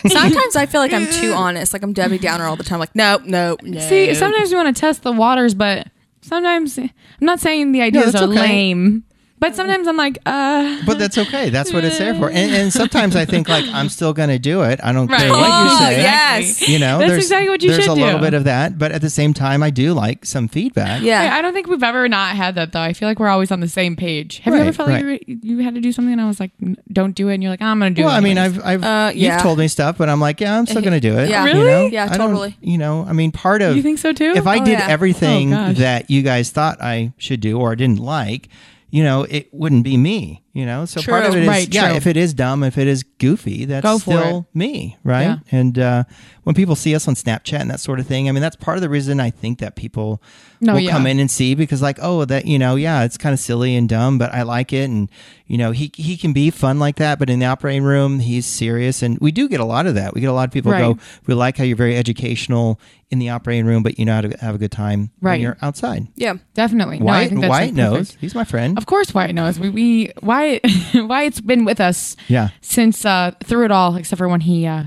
Speaker 2: Sometimes I feel like I'm too honest. Like I'm Debbie Downer all the time. Like, no, no, no.
Speaker 3: see, sometimes you want to test the waters, but sometimes I'm not saying the ideas
Speaker 1: that's
Speaker 3: are
Speaker 1: okay.
Speaker 3: lame, but sometimes I'm like, uh,
Speaker 1: "But that's okay. That's what it's there for." And, and sometimes I think like, "I'm still gonna do it. I don't care
Speaker 3: Right.
Speaker 1: what you
Speaker 2: Oh,
Speaker 1: say."
Speaker 2: yes.
Speaker 1: You know,
Speaker 3: That's
Speaker 1: there's,
Speaker 3: exactly what you
Speaker 1: there's
Speaker 3: should
Speaker 1: a little
Speaker 3: do.
Speaker 1: bit of that, but at the same time, I do like some feedback.
Speaker 2: Yeah.
Speaker 3: I I don't think we've ever not had that though. I feel like we're always on the same page. Have you ever
Speaker 1: Right,
Speaker 3: felt
Speaker 1: right.
Speaker 3: like you, you had to do something and I was like, "N- don't do it, and you're like, I'm gonna do
Speaker 1: Well,
Speaker 3: it.
Speaker 1: I mean,
Speaker 3: anyways."
Speaker 1: I've, I've
Speaker 2: Uh, yeah.
Speaker 1: you've told me stuff, but I'm like, yeah, I'm still gonna do it.
Speaker 2: Yeah.
Speaker 1: you
Speaker 3: Really?
Speaker 1: know?
Speaker 2: Yeah,
Speaker 1: I don't-
Speaker 2: totally.
Speaker 1: You know, I mean, part of
Speaker 3: You think so, too?
Speaker 1: If I
Speaker 2: Oh,
Speaker 1: did
Speaker 2: yeah.
Speaker 1: everything
Speaker 3: Oh, gosh.
Speaker 1: that you guys thought I should do or didn't like, you know, it wouldn't be me. You know, so part
Speaker 2: True.
Speaker 1: of it is
Speaker 3: Right,
Speaker 1: yeah.
Speaker 3: true.
Speaker 1: If it is dumb, if it is goofy, that's
Speaker 3: Go for
Speaker 1: still me, right?
Speaker 3: Yeah.
Speaker 1: And uh, when people see us on Snapchat and that sort of thing, I mean, that's part of the reason I think that people
Speaker 3: No,
Speaker 1: will
Speaker 3: yeah.
Speaker 1: come in in and see because like oh that you know yeah it's kind of silly and dumb but i like it and you know he he can be fun like that but in the operating room he's serious and we do get a lot of that we get a lot of people go
Speaker 3: Right.
Speaker 1: we like how you're very educational in the operating room but you know how to have a good time when
Speaker 3: Right.
Speaker 1: you're outside
Speaker 2: yeah.
Speaker 3: definitely. no, I
Speaker 1: White
Speaker 3: think that's
Speaker 1: White
Speaker 3: like, perfect.
Speaker 1: knows he's my friend
Speaker 3: Of course, Wyatt knows. We, we Wyatt, Wyatt's been with us
Speaker 1: Yeah.
Speaker 3: since uh, through it all, except for when he uh,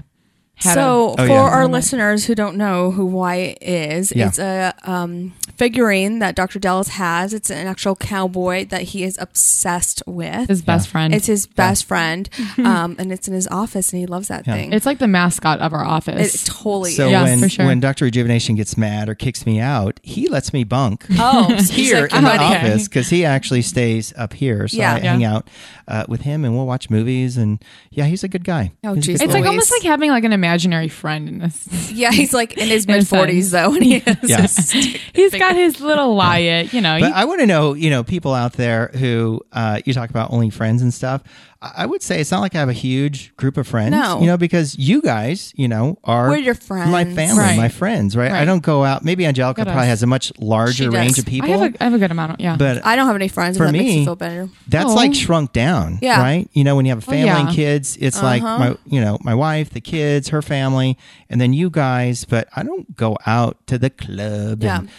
Speaker 3: had
Speaker 2: So
Speaker 1: Oh,
Speaker 2: for
Speaker 1: yeah.
Speaker 2: our listeners who don't know who Wyatt is,
Speaker 1: Yeah.
Speaker 2: it's a um, figurine that Dr. Dallas has. It's an actual cowboy that he is obsessed
Speaker 3: a,
Speaker 2: with.
Speaker 3: his best friend. Mm-hmm.
Speaker 2: It's
Speaker 3: It's,
Speaker 2: his best friend, um, and it's in his office, and he loves that thing.
Speaker 3: like the mascot of our office.
Speaker 2: it totally
Speaker 1: so
Speaker 2: is.
Speaker 3: Yeah,
Speaker 1: when
Speaker 3: for sure.
Speaker 1: when Dr. Rejuvenation gets mad or kicks me out, he lets me bunk.
Speaker 2: Oh, so he's
Speaker 1: here
Speaker 2: like,
Speaker 1: in the
Speaker 2: buddy.
Speaker 3: okay.
Speaker 1: office because he actually stays up here. So
Speaker 2: Yeah.
Speaker 1: I hang out uh, with him and we'll watch movies. And yeah, he's a good guy.
Speaker 2: Oh,
Speaker 1: He's a
Speaker 2: geez.
Speaker 1: good
Speaker 3: it's
Speaker 1: boy.
Speaker 3: like
Speaker 2: always-
Speaker 3: almost like having like an imaginary friend in this.
Speaker 2: Yeah, he's like in his
Speaker 3: In
Speaker 2: mid
Speaker 3: his
Speaker 2: forties though, and he is
Speaker 1: Yeah.
Speaker 2: just
Speaker 3: He's got his little Wyatt, you know.
Speaker 1: But
Speaker 3: you-
Speaker 1: I want to know, you know, people out there who uh, you talk about only friends and stuff. I I would say it's not like I have a huge group of friends,
Speaker 2: No.
Speaker 1: you know, because you guys, you know, are
Speaker 2: We're your
Speaker 1: my
Speaker 2: friends.
Speaker 1: family,
Speaker 3: Right.
Speaker 1: my friends, right? I
Speaker 3: Right.
Speaker 1: don't go out. Maybe Angelica
Speaker 3: Look at
Speaker 1: probably
Speaker 3: us.
Speaker 1: has a much
Speaker 2: She
Speaker 1: larger
Speaker 2: does.
Speaker 1: range of
Speaker 2: I
Speaker 1: uh, people,
Speaker 3: I have a, I have a good amount. Of, yeah,
Speaker 1: but
Speaker 2: I don't have any friends.
Speaker 1: For
Speaker 2: if that makes
Speaker 1: me-
Speaker 2: you feel better.
Speaker 1: that's
Speaker 3: Oh.
Speaker 1: like shrunk down,
Speaker 2: Yeah. Uh-huh.
Speaker 1: right? You know, when you have a family and
Speaker 3: yeah.
Speaker 1: kids, it's like my, you know, my wife, the kids, her family, and then you guys. But I don't go out to the club
Speaker 2: Yeah.
Speaker 1: and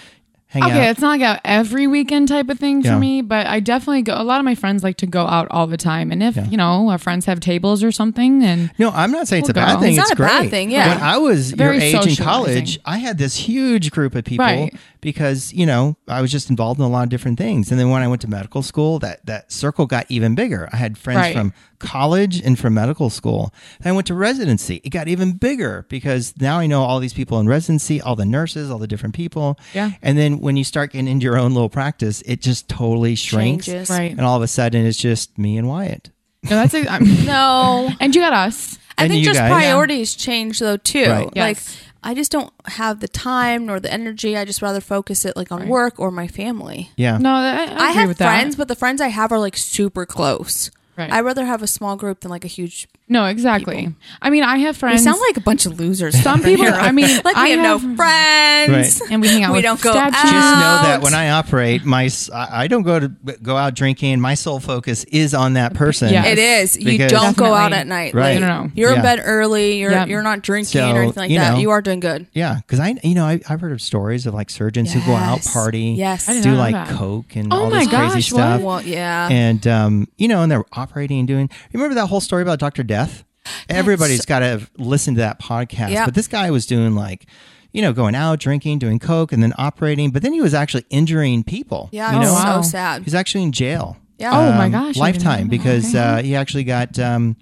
Speaker 1: hang
Speaker 3: okay,
Speaker 1: out.
Speaker 3: it's not like a every weekend type of thing
Speaker 1: Yeah.
Speaker 3: for me, but I definitely go. A lot of my friends like to go out all the time, and if you know our friends have tables or something, and
Speaker 1: No, I'm not saying it's a
Speaker 3: Well,
Speaker 1: bad
Speaker 3: girl.
Speaker 1: thing.
Speaker 2: It's
Speaker 1: It's,
Speaker 2: not a
Speaker 1: great.
Speaker 2: bad thing, yeah.
Speaker 1: When I was
Speaker 3: Very
Speaker 1: your age in
Speaker 3: socializing.
Speaker 1: college, I had this huge group of people
Speaker 3: Right.
Speaker 1: because you know I was just involved in a lot of different things. And then when I went to medical school, that that circle got even bigger. I had friends
Speaker 3: Right.
Speaker 1: from college and from medical school. Then I went to residency. It got even bigger because now I know all these people in residency, all the nurses, all the different people.
Speaker 3: Yeah.
Speaker 1: And then when you start getting into your own little practice, it just totally shrinks.
Speaker 2: Changes.
Speaker 3: right,
Speaker 1: And all of a sudden, it's just me and Wyatt.
Speaker 3: no, that's a, I'm,
Speaker 2: No,
Speaker 3: and you got us.
Speaker 2: I
Speaker 1: And
Speaker 2: think
Speaker 1: you
Speaker 2: just
Speaker 1: guys.
Speaker 2: priorities change though too.
Speaker 1: Right.
Speaker 2: Like
Speaker 3: Yes.
Speaker 2: I just don't have the time nor the energy. I just rather focus it like on work or my family.
Speaker 1: Yeah.
Speaker 3: No, I, I, agree
Speaker 2: I have
Speaker 3: with that.
Speaker 2: friends, but the friends I have are like super close.
Speaker 3: Right.
Speaker 2: I'd rather have a small group than like a huge.
Speaker 3: No, exactly. I mean, I have
Speaker 2: We
Speaker 3: friends.
Speaker 2: sound like a bunch of losers.
Speaker 3: Some
Speaker 2: over here.
Speaker 3: people- I mean,
Speaker 2: like we
Speaker 3: I
Speaker 2: have, no
Speaker 3: have-
Speaker 2: friends,
Speaker 1: Right.
Speaker 3: And we hang out
Speaker 2: We
Speaker 3: with
Speaker 2: don't go
Speaker 3: statues.
Speaker 2: out.
Speaker 1: Just know that when I operate, my s- I I don't go to go out drinking. My sole focus is on that person.
Speaker 3: Yeah.
Speaker 2: It is. You
Speaker 1: Because-
Speaker 2: don't go
Speaker 3: Definitely.
Speaker 2: out at night.
Speaker 1: Right.
Speaker 2: Like,
Speaker 1: No,
Speaker 3: no, no.
Speaker 2: You're
Speaker 1: Yeah.
Speaker 2: in bed early. You're
Speaker 3: Yeah.
Speaker 2: you're not drinking
Speaker 1: So,
Speaker 2: or anything like
Speaker 1: you
Speaker 2: that.
Speaker 1: know.
Speaker 2: You are doing good.
Speaker 1: Yeah, because I you know I, I've heard of stories of like surgeons who go out
Speaker 2: Yes.
Speaker 1: party,
Speaker 2: Yes. I did
Speaker 1: do
Speaker 3: not know
Speaker 1: like
Speaker 3: that.
Speaker 1: coke and
Speaker 3: Oh
Speaker 1: all
Speaker 3: my
Speaker 1: this crazy
Speaker 3: gosh, what?
Speaker 1: stuff,
Speaker 2: Well, yeah.
Speaker 1: uh, and um, you know, and they're operating and doing. Remember that whole story about Doctor Death? Everybody's got to listen to that podcast.
Speaker 2: Yep.
Speaker 1: But this guy was doing like. You know, going out, drinking, doing coke, and then operating. But then he was actually injuring people.
Speaker 2: yeah. Oh,
Speaker 1: you
Speaker 2: it's
Speaker 1: know?
Speaker 2: so
Speaker 3: Wow.
Speaker 2: sad.
Speaker 1: He's actually in jail.
Speaker 2: Yeah.
Speaker 3: Oh my
Speaker 1: Um,
Speaker 3: gosh, I didn't
Speaker 1: lifetime
Speaker 3: know that.
Speaker 1: because uh, he actually got um,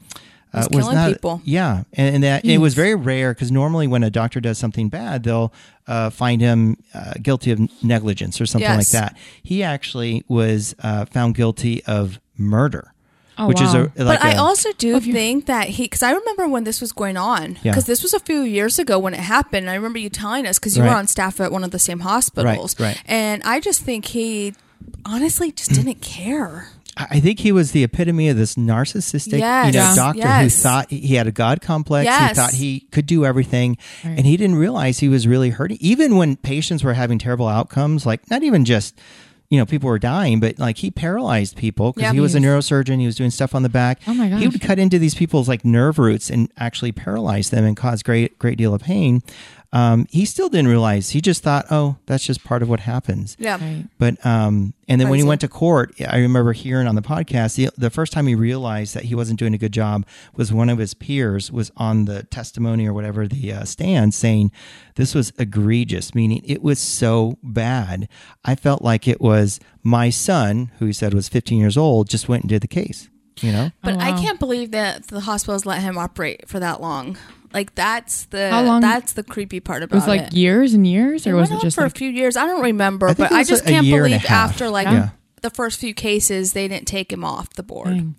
Speaker 1: uh,
Speaker 2: He's killing people.
Speaker 1: Yeah, and, and that it was very rare because normally when a doctor does something bad, they'll uh, find him uh, guilty of negligence or something
Speaker 2: Yes.
Speaker 1: like that. He actually was uh, found guilty of murder,
Speaker 3: Oh,
Speaker 1: which is a
Speaker 3: wow.
Speaker 1: like
Speaker 2: But I
Speaker 1: a-
Speaker 2: also do think that he, because I remember when this was going on,
Speaker 1: Yeah.
Speaker 2: because this was a few years ago when it happened. And I remember you telling us because you
Speaker 1: Right.
Speaker 2: were on staff at one of the same hospitals,
Speaker 1: right.
Speaker 2: And I just think he honestly just didn't care.
Speaker 1: I I think he was the epitome of this narcissistic, you
Speaker 2: Yes.
Speaker 1: know,
Speaker 2: Yeah.
Speaker 1: doctor
Speaker 2: Yes.
Speaker 1: who thought he had a god complex. He
Speaker 2: Yes.
Speaker 1: thought he could do everything, and he didn't realize he was really hurting. Even when patients were having terrible outcomes, like not even just you know people were dying, but like he paralyzed people because
Speaker 2: Yeah.
Speaker 1: he was a neurosurgeon. He was doing stuff on the back.
Speaker 3: Oh my
Speaker 1: He
Speaker 3: gosh.
Speaker 1: would cut into these people's like nerve roots and actually paralyze them and cause great great deal of pain. Um, he still didn't realize. He just thought, oh, that's just part of what happens.
Speaker 2: Yeah.
Speaker 3: Right.
Speaker 1: But um, and then when he
Speaker 2: Crazy.
Speaker 1: went to court, I remember hearing on the podcast the, the first time he realized that he wasn't doing a good job was one of his peers was on the testimony or whatever the uh, stand saying this was egregious, meaning it was so bad. I felt like it was my son, who he said was 15 years old, just went and did the case. You know,
Speaker 2: But I can't believe that the hospitals let him operate for that long. Like that's the
Speaker 3: How long-
Speaker 2: that's the creepy part about
Speaker 3: It was like years and years, or
Speaker 2: It
Speaker 3: was
Speaker 2: went
Speaker 3: it
Speaker 2: on
Speaker 3: just
Speaker 2: for
Speaker 3: like
Speaker 2: a few years? I don't remember,
Speaker 1: think
Speaker 2: but
Speaker 1: it
Speaker 2: I
Speaker 1: was
Speaker 2: just
Speaker 1: a- a
Speaker 2: can't
Speaker 1: year and a
Speaker 2: believe
Speaker 1: half.
Speaker 2: after like
Speaker 1: Yeah.
Speaker 2: the first few cases they didn't take him off the board.
Speaker 3: Dang.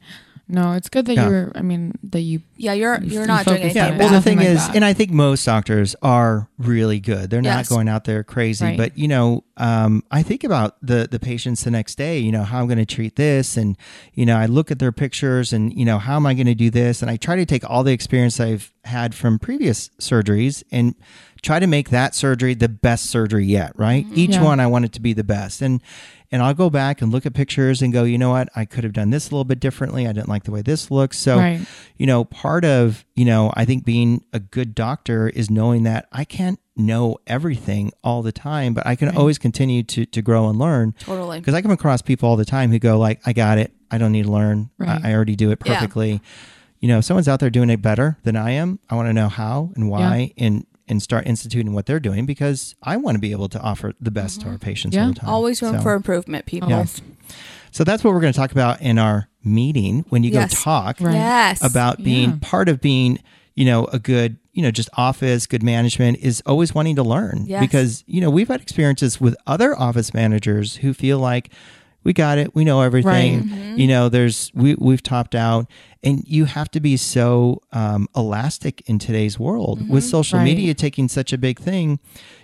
Speaker 3: No, it's good that
Speaker 1: Yeah.
Speaker 3: you were. I mean, that you.
Speaker 2: Yeah, you're you're
Speaker 3: You
Speaker 2: not doing
Speaker 3: focused
Speaker 2: anything.
Speaker 1: yeah.
Speaker 3: on it.
Speaker 2: bad.
Speaker 1: Well, the
Speaker 3: Nothing
Speaker 1: thing
Speaker 3: like
Speaker 1: is,
Speaker 3: that.
Speaker 1: and I think most doctors are really good. They're
Speaker 2: Yes.
Speaker 1: not going out there crazy,
Speaker 3: Right.
Speaker 1: but you know, um, I think about the the patients the next day. You know, how I'm going to treat this, and you know, I look at their pictures, and you know, how am I going to do this? And I try to take all the experience I've had from previous surgeries and try to make that surgery the best surgery yet. Right? Each
Speaker 3: Yeah.
Speaker 1: one, I want it to be the best, and and I'll go back and look at pictures and go, you know what? I could have done this a little bit differently. I didn't like the way this looks. So,
Speaker 3: Right.
Speaker 1: you know, part of, you know, I think being a good doctor is knowing that I can't know everything all the time, but I can always continue to to grow and learn.
Speaker 2: Totally.
Speaker 1: Because I come across people all the time who go like, I got it. I don't need to learn.
Speaker 3: Right.
Speaker 1: I, I already do it
Speaker 2: Yeah.
Speaker 1: perfectly. You know, if someone's out there doing it better than I am, I want to know how and why and and start instituting what they're doing because I want to be able to offer the best to our patients
Speaker 3: Yeah.
Speaker 1: all the time.
Speaker 2: Mm-hmm. Always room
Speaker 1: So-
Speaker 2: for improvement, people.
Speaker 3: Yes.
Speaker 1: so that's what we're going to talk about in our meeting when you go
Speaker 2: Yes.
Speaker 1: talk
Speaker 3: Right.
Speaker 2: Yes.
Speaker 1: about being
Speaker 3: Yeah.
Speaker 1: part of being, you know, a good, you know, just office, good management is always wanting to learn
Speaker 2: Yes.
Speaker 1: because, you know, we've had experiences with other office managers who feel like we got it, we know everything, Mm-hmm.
Speaker 3: Mm-hmm.
Speaker 1: you know, there's, we, we've topped out and you have to be so um, elastic in today's world with social
Speaker 3: Mm-hmm. Right.
Speaker 1: media taking such a big thing.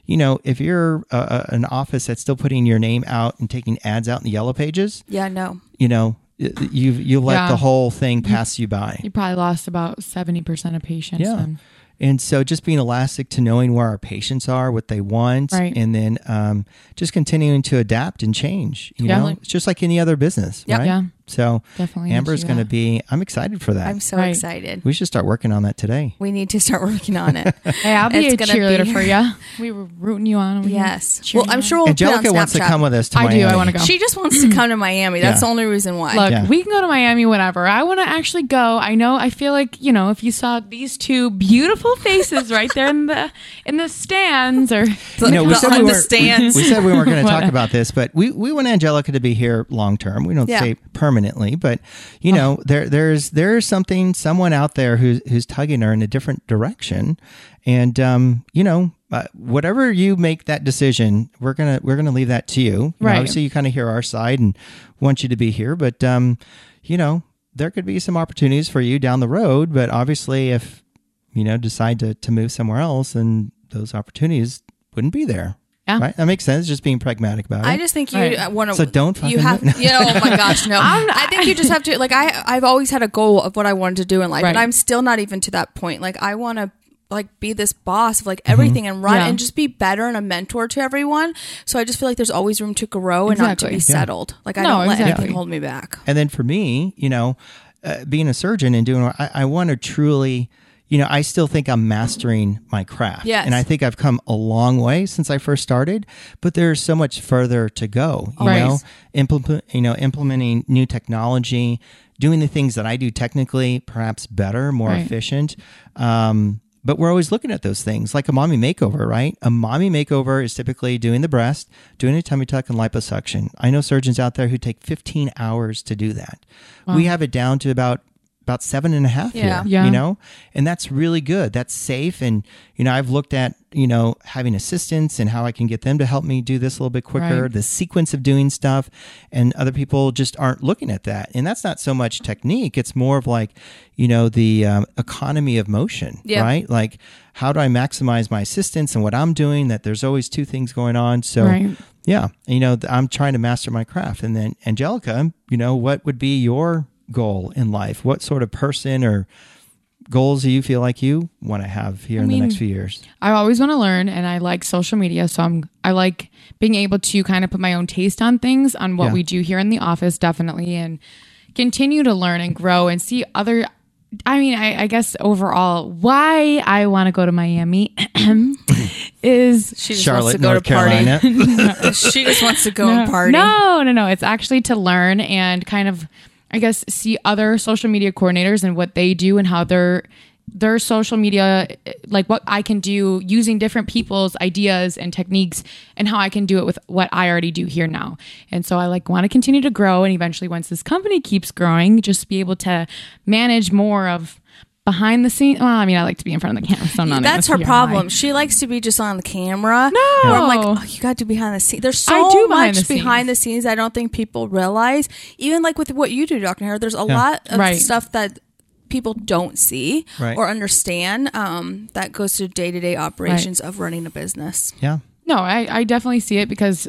Speaker 1: You know, if you're a, a, an office that's still putting your name out and taking ads out in the yellow pages,
Speaker 2: yeah, no.
Speaker 1: you know, you you let
Speaker 3: Yeah. Mm-hmm.
Speaker 1: the whole thing pass you by.
Speaker 3: You probably lost about seventy percent of patients.
Speaker 1: Yeah.
Speaker 3: Then.
Speaker 1: And so just being elastic to knowing where our patients are, what they want,
Speaker 3: Right.
Speaker 1: and then um, just continuing to adapt and change. You
Speaker 3: Yeah.
Speaker 1: know, it's just like any other business,
Speaker 2: Yep.
Speaker 1: right?
Speaker 3: Yeah.
Speaker 1: So
Speaker 3: Definitely need
Speaker 1: Amber's
Speaker 3: to do
Speaker 1: going to
Speaker 3: that.
Speaker 1: be, I'm excited for that.
Speaker 2: I'm so
Speaker 3: Right.
Speaker 2: excited.
Speaker 1: we should start working on that today.
Speaker 2: We need to start working on it.
Speaker 3: Hey, I'll be
Speaker 2: It's
Speaker 3: a
Speaker 2: gonna
Speaker 3: cheerleader
Speaker 2: be-
Speaker 3: for you. We were rooting you on. We were
Speaker 2: yes.
Speaker 3: cheering
Speaker 2: Well, I'm
Speaker 3: you
Speaker 2: sure
Speaker 3: on.
Speaker 2: we'll put it
Speaker 1: Angelica
Speaker 2: on
Speaker 1: wants to
Speaker 2: Snapchat.
Speaker 1: come with us to
Speaker 3: I do. I
Speaker 1: Miami.
Speaker 3: wanna go.
Speaker 2: She just wants to come to Miami. That's
Speaker 1: Yeah.
Speaker 2: the only reason why.
Speaker 3: Look,
Speaker 1: Yeah.
Speaker 3: we can go to Miami whenever. I want to actually go. I know. I feel like you know, if you saw these two beautiful faces right there in the in the stands, or
Speaker 2: The-
Speaker 1: No, we
Speaker 2: the
Speaker 1: said we weren't-
Speaker 2: understands.
Speaker 1: We said we weren't going to talk about this, but we, we want Angelica to be here long term. We don't
Speaker 2: Yeah. Oh.
Speaker 1: say permanently, but you know, there there's there's something someone out there who's who's tugging her in a different direction, and um, you know, uh, whatever you make that decision, we're gonna we're gonna leave that to you. You know,
Speaker 3: Right.
Speaker 1: obviously, you kind of hear our side and want you to be here, but um, you know, there could be some opportunities for you down the road. But obviously, if you know decide to to move somewhere else, and those opportunities wouldn't be there.
Speaker 3: Yeah.
Speaker 1: Right? That makes sense. Just being pragmatic about it.
Speaker 2: I just think you
Speaker 3: Right.
Speaker 2: want to.
Speaker 1: So don't
Speaker 2: You
Speaker 1: fucking-
Speaker 2: have. Yeah, oh my gosh, no. I think you just have to. Like I, I've always had a goal of what I wanted to do in life, and
Speaker 3: Right.
Speaker 2: I'm still not even to that point. Like I want to like be this boss of like everything and run
Speaker 3: Mm-hmm. Yeah.
Speaker 2: and just be better and a mentor to everyone. So I just feel like there's always room to grow and not to
Speaker 3: Exactly.
Speaker 2: be
Speaker 3: Yeah.
Speaker 2: settled. Like I
Speaker 3: No,
Speaker 2: don't let
Speaker 3: exactly.
Speaker 2: anything hold me back.
Speaker 1: And then for me, you know, uh, being a surgeon and doing, I, I want to truly, you know, I still think I'm mastering my craft.
Speaker 2: Yes.
Speaker 1: And I think I've come a long way since I first started, but there's so much further to go, you
Speaker 3: Right.
Speaker 1: know, implement, you know, implementing new technology, doing the things that I do technically, perhaps better, more
Speaker 3: Right.
Speaker 1: efficient. Um, but we're always looking at those things like a mommy makeover, right? A mommy makeover is typically doing the breast, doing a tummy tuck and liposuction. I know surgeons out there who take 15 hours to do that. We have it down to about about seven and a half here,
Speaker 2: Yeah.
Speaker 3: Yeah.
Speaker 1: you know, and that's really good. That's safe. And, you know, I've looked at, you know, having assistants and how I can get them to help me do this a little bit quicker,
Speaker 3: Right.
Speaker 1: the sequence of doing stuff. And other people just aren't looking at that. And that's not so much technique. It's more of like, you know, the um, economy of motion,
Speaker 2: Yeah.
Speaker 1: right? Like, how do I maximize my assistance and what I'm doing? That there's always two things going on. So,
Speaker 3: Right.
Speaker 1: yeah, you know, th- I'm trying to master my craft. And then, Angelica, you know, what would be your goal in life? What sort of person or goals do you feel like you want to have here in the next few years?
Speaker 3: I always want to learn and I like social media. So I'm, I like being able to kind of put my own taste on things, on what
Speaker 1: Yeah.
Speaker 3: we do here in the office, definitely, and continue to learn and grow and see other. I mean, I, I guess overall, why I want to go to Miami is
Speaker 2: She just wants
Speaker 1: Charlotte,
Speaker 2: to go
Speaker 1: North
Speaker 2: to party.
Speaker 1: Carolina.
Speaker 2: she just wants to go and party.
Speaker 3: No, no, no. It's actually to learn and kind of, I guess, see other social media coordinators and what they do and how their their social media, like what I can do using different people's ideas and techniques and how I can do it with what I already do here now. And so I like want to continue to grow and eventually once this company keeps growing, just be able to manage more of behind the scenes. Well, I mean, I like to be in front of the camera, so I'm not.
Speaker 2: That's her
Speaker 3: gonna sit here and lie.
Speaker 2: problem. She likes to be just on the camera. No, I'm like, oh, you got to do behind the scenes. There's
Speaker 3: I
Speaker 2: so
Speaker 3: do behind
Speaker 2: much
Speaker 3: the
Speaker 2: behind the scenes. I don't think people realize. Even like with what you do, Doctor Hair, there's a lot of
Speaker 3: Right.
Speaker 2: stuff that people don't see
Speaker 1: Right.
Speaker 2: or understand. Um, that goes to day to day operations of running a business.
Speaker 1: Yeah.
Speaker 3: No, I, I definitely see it because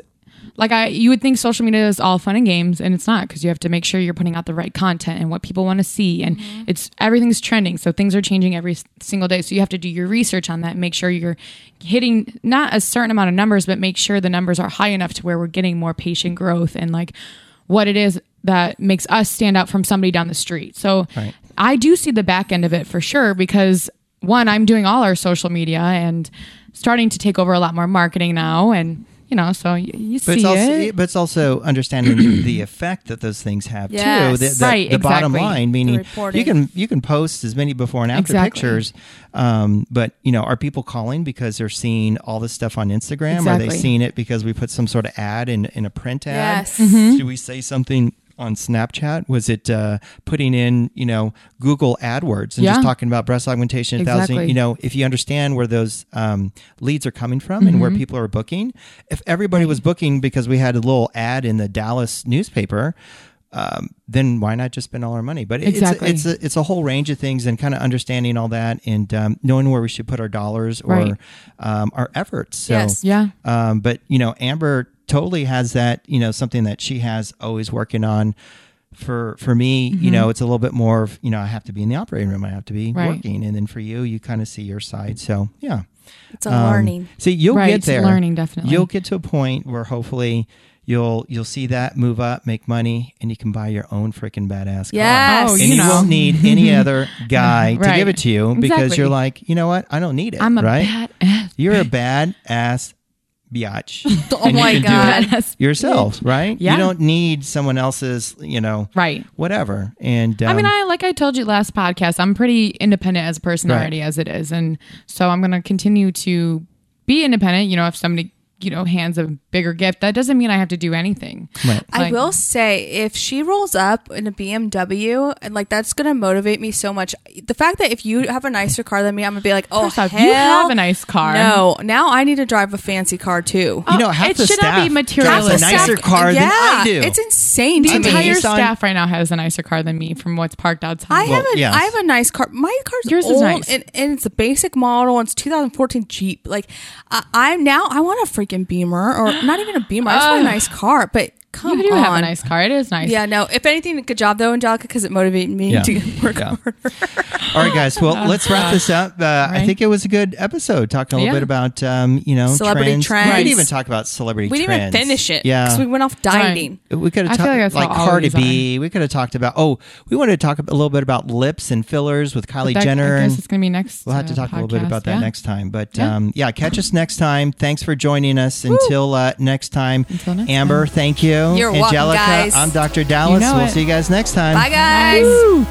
Speaker 3: like I you would think social media is all fun and games and it's not because you have to make sure you're putting out the right content and what people want to see and it's everything's trending so things are changing every s- single day so you have to do your research on that and make sure you're hitting not a certain amount of numbers but make sure the numbers are high enough to where we're getting more patient growth and like what it is that makes us stand out from somebody down the street. So
Speaker 1: Right.
Speaker 3: I do see the back end of it for sure because one, I'm doing all our social media and starting to take over a lot more marketing now, and you know, so you, you
Speaker 1: But
Speaker 3: see
Speaker 1: it's, also,
Speaker 3: it.
Speaker 1: but it's also understanding the effect that those things have
Speaker 2: Yes.
Speaker 1: too. The, the-
Speaker 3: Right,
Speaker 1: the bottom
Speaker 3: exactly.
Speaker 1: line, meaning
Speaker 2: reporting.
Speaker 1: you can you can post as many before and after
Speaker 3: Exactly.
Speaker 1: pictures, um, but you know, are people calling because they're seeing all this stuff on Instagram? Are they
Speaker 3: Exactly.
Speaker 1: seeing it because we put some sort of ad in in a print ad?
Speaker 2: Yes.
Speaker 3: Mm-hmm.
Speaker 2: Mhm.
Speaker 1: Do we say something? On Snapchat, was it uh, putting in you know Google AdWords and
Speaker 3: Yeah.
Speaker 1: just talking about breast augmentation, thousand
Speaker 3: Exactly.
Speaker 1: you know if you understand where those um, leads are coming from and
Speaker 3: Mm-hmm.
Speaker 1: where people are booking, if everybody was booking because we had a little ad in the Dallas newspaper, um, then why not just spend all our money? But it-
Speaker 3: Exactly.
Speaker 1: it's, it's, a, it's a whole range of things and kind of understanding all that and um, knowing where we should put our dollars or
Speaker 3: Right.
Speaker 1: um, our efforts. So,
Speaker 2: Yes.
Speaker 3: Yeah.
Speaker 1: um, but you know, Amber totally has that. You know, something that she has always working on. For for me, you know, it's a little bit more of you know I have to be in the operating room, I have to be
Speaker 3: Mm-hmm. Right.
Speaker 1: working, and then for you, you kind of see your side. So yeah,
Speaker 2: It's a
Speaker 1: Um,
Speaker 2: learning.
Speaker 1: See, you'll
Speaker 3: Right,
Speaker 1: get
Speaker 3: it's
Speaker 1: there.
Speaker 3: learning, definitely.
Speaker 1: You'll get to a point where hopefully you'll you'll see that move up, make money, and you can buy your own freaking badass car.
Speaker 2: Yes.
Speaker 3: Oh,
Speaker 1: And
Speaker 3: you
Speaker 1: you,
Speaker 3: know.
Speaker 1: won't need any other guy to
Speaker 3: Right.
Speaker 1: give it to you because
Speaker 3: Exactly.
Speaker 1: you're like, you know what? I don't need it.
Speaker 3: I'm a Oh
Speaker 1: right?
Speaker 3: bad ass.
Speaker 1: You're a bad ass biatch.
Speaker 2: Oh my
Speaker 1: you can do
Speaker 2: God.
Speaker 1: it Yourself, right?
Speaker 3: Yeah.
Speaker 1: You don't need someone else's, you know,
Speaker 3: Right.
Speaker 1: whatever. And um,
Speaker 3: I mean, I like I told you last podcast, I'm pretty independent as a person
Speaker 1: Right.
Speaker 3: already as it is, and so I'm gonna continue to be independent. You know, if somebody you know hands a bigger gift, that doesn't mean I have to do anything.
Speaker 1: Right.
Speaker 2: I
Speaker 3: Like-
Speaker 2: will say, if she rolls up in a BMW, and like that's gonna motivate me so much. The fact that if you have a nicer car than me, I'm gonna be like, oh,
Speaker 3: First off, you
Speaker 2: hell
Speaker 3: have a nice car.
Speaker 2: No, now I need to drive a fancy car too.
Speaker 1: you know, half
Speaker 3: it
Speaker 1: the
Speaker 3: should not
Speaker 1: staff
Speaker 3: be
Speaker 1: drives a
Speaker 3: materialistic.
Speaker 1: nicer car
Speaker 2: yeah,
Speaker 1: than I do.
Speaker 2: It's insane.
Speaker 3: The
Speaker 2: to me.
Speaker 1: mean,
Speaker 3: entire
Speaker 1: it's on-
Speaker 3: staff right now has a nicer car than me from what's parked outside.
Speaker 2: I have
Speaker 1: Well,
Speaker 2: a,
Speaker 1: yes.
Speaker 2: I have a nice car. My car's
Speaker 3: Yours is
Speaker 2: old
Speaker 3: nice.
Speaker 2: and, and it's a basic model. And it's 2014 Jeep. Like I, I'm now I want a freaking Beamer or not even a Beamer. I just want a nice car, but come
Speaker 3: You do
Speaker 2: on.
Speaker 3: have a nice car. It is nice.
Speaker 2: yeah, no. If anything, good job though, Angelica, because it motivated me
Speaker 1: Yeah.
Speaker 2: to work
Speaker 1: Yeah.
Speaker 2: harder.
Speaker 1: All right, guys. Well, let's wrap this up. Uh, I
Speaker 3: Right.
Speaker 1: think it was a good episode talking a little
Speaker 3: Yeah.
Speaker 1: bit about, um, you know,
Speaker 2: Celebrity
Speaker 1: trends. We
Speaker 2: trends.
Speaker 1: didn't even talk about celebrity
Speaker 2: We didn't even
Speaker 1: trends.
Speaker 2: finish it.
Speaker 1: Yeah.
Speaker 2: Because we went off dining.
Speaker 1: we could have
Speaker 3: I feel like
Speaker 1: talked
Speaker 3: that's
Speaker 1: like,
Speaker 3: how all
Speaker 1: Cardi
Speaker 3: these are.
Speaker 1: B. We could have talked about. Oh, we wanted to talk a little bit about lips and fillers with Kylie
Speaker 3: That-
Speaker 1: Jenner.
Speaker 3: I guess
Speaker 1: And
Speaker 3: it's gonna be next.
Speaker 1: we'll have to
Speaker 3: uh,
Speaker 1: talk a little bit
Speaker 3: podcast.
Speaker 1: about that
Speaker 3: Yeah.
Speaker 1: next time. But
Speaker 3: Yeah.
Speaker 1: um, yeah, catch us next time. Thanks for joining us. Until uh, next time,
Speaker 3: Until next
Speaker 1: Amber. Thank you.
Speaker 2: You're welcome,
Speaker 1: Angelica.
Speaker 2: guys.
Speaker 1: I'm Dr. Dallas.
Speaker 3: know
Speaker 1: we'll
Speaker 3: it.
Speaker 1: see you guys next time.
Speaker 2: Bye, guys.
Speaker 3: Woo!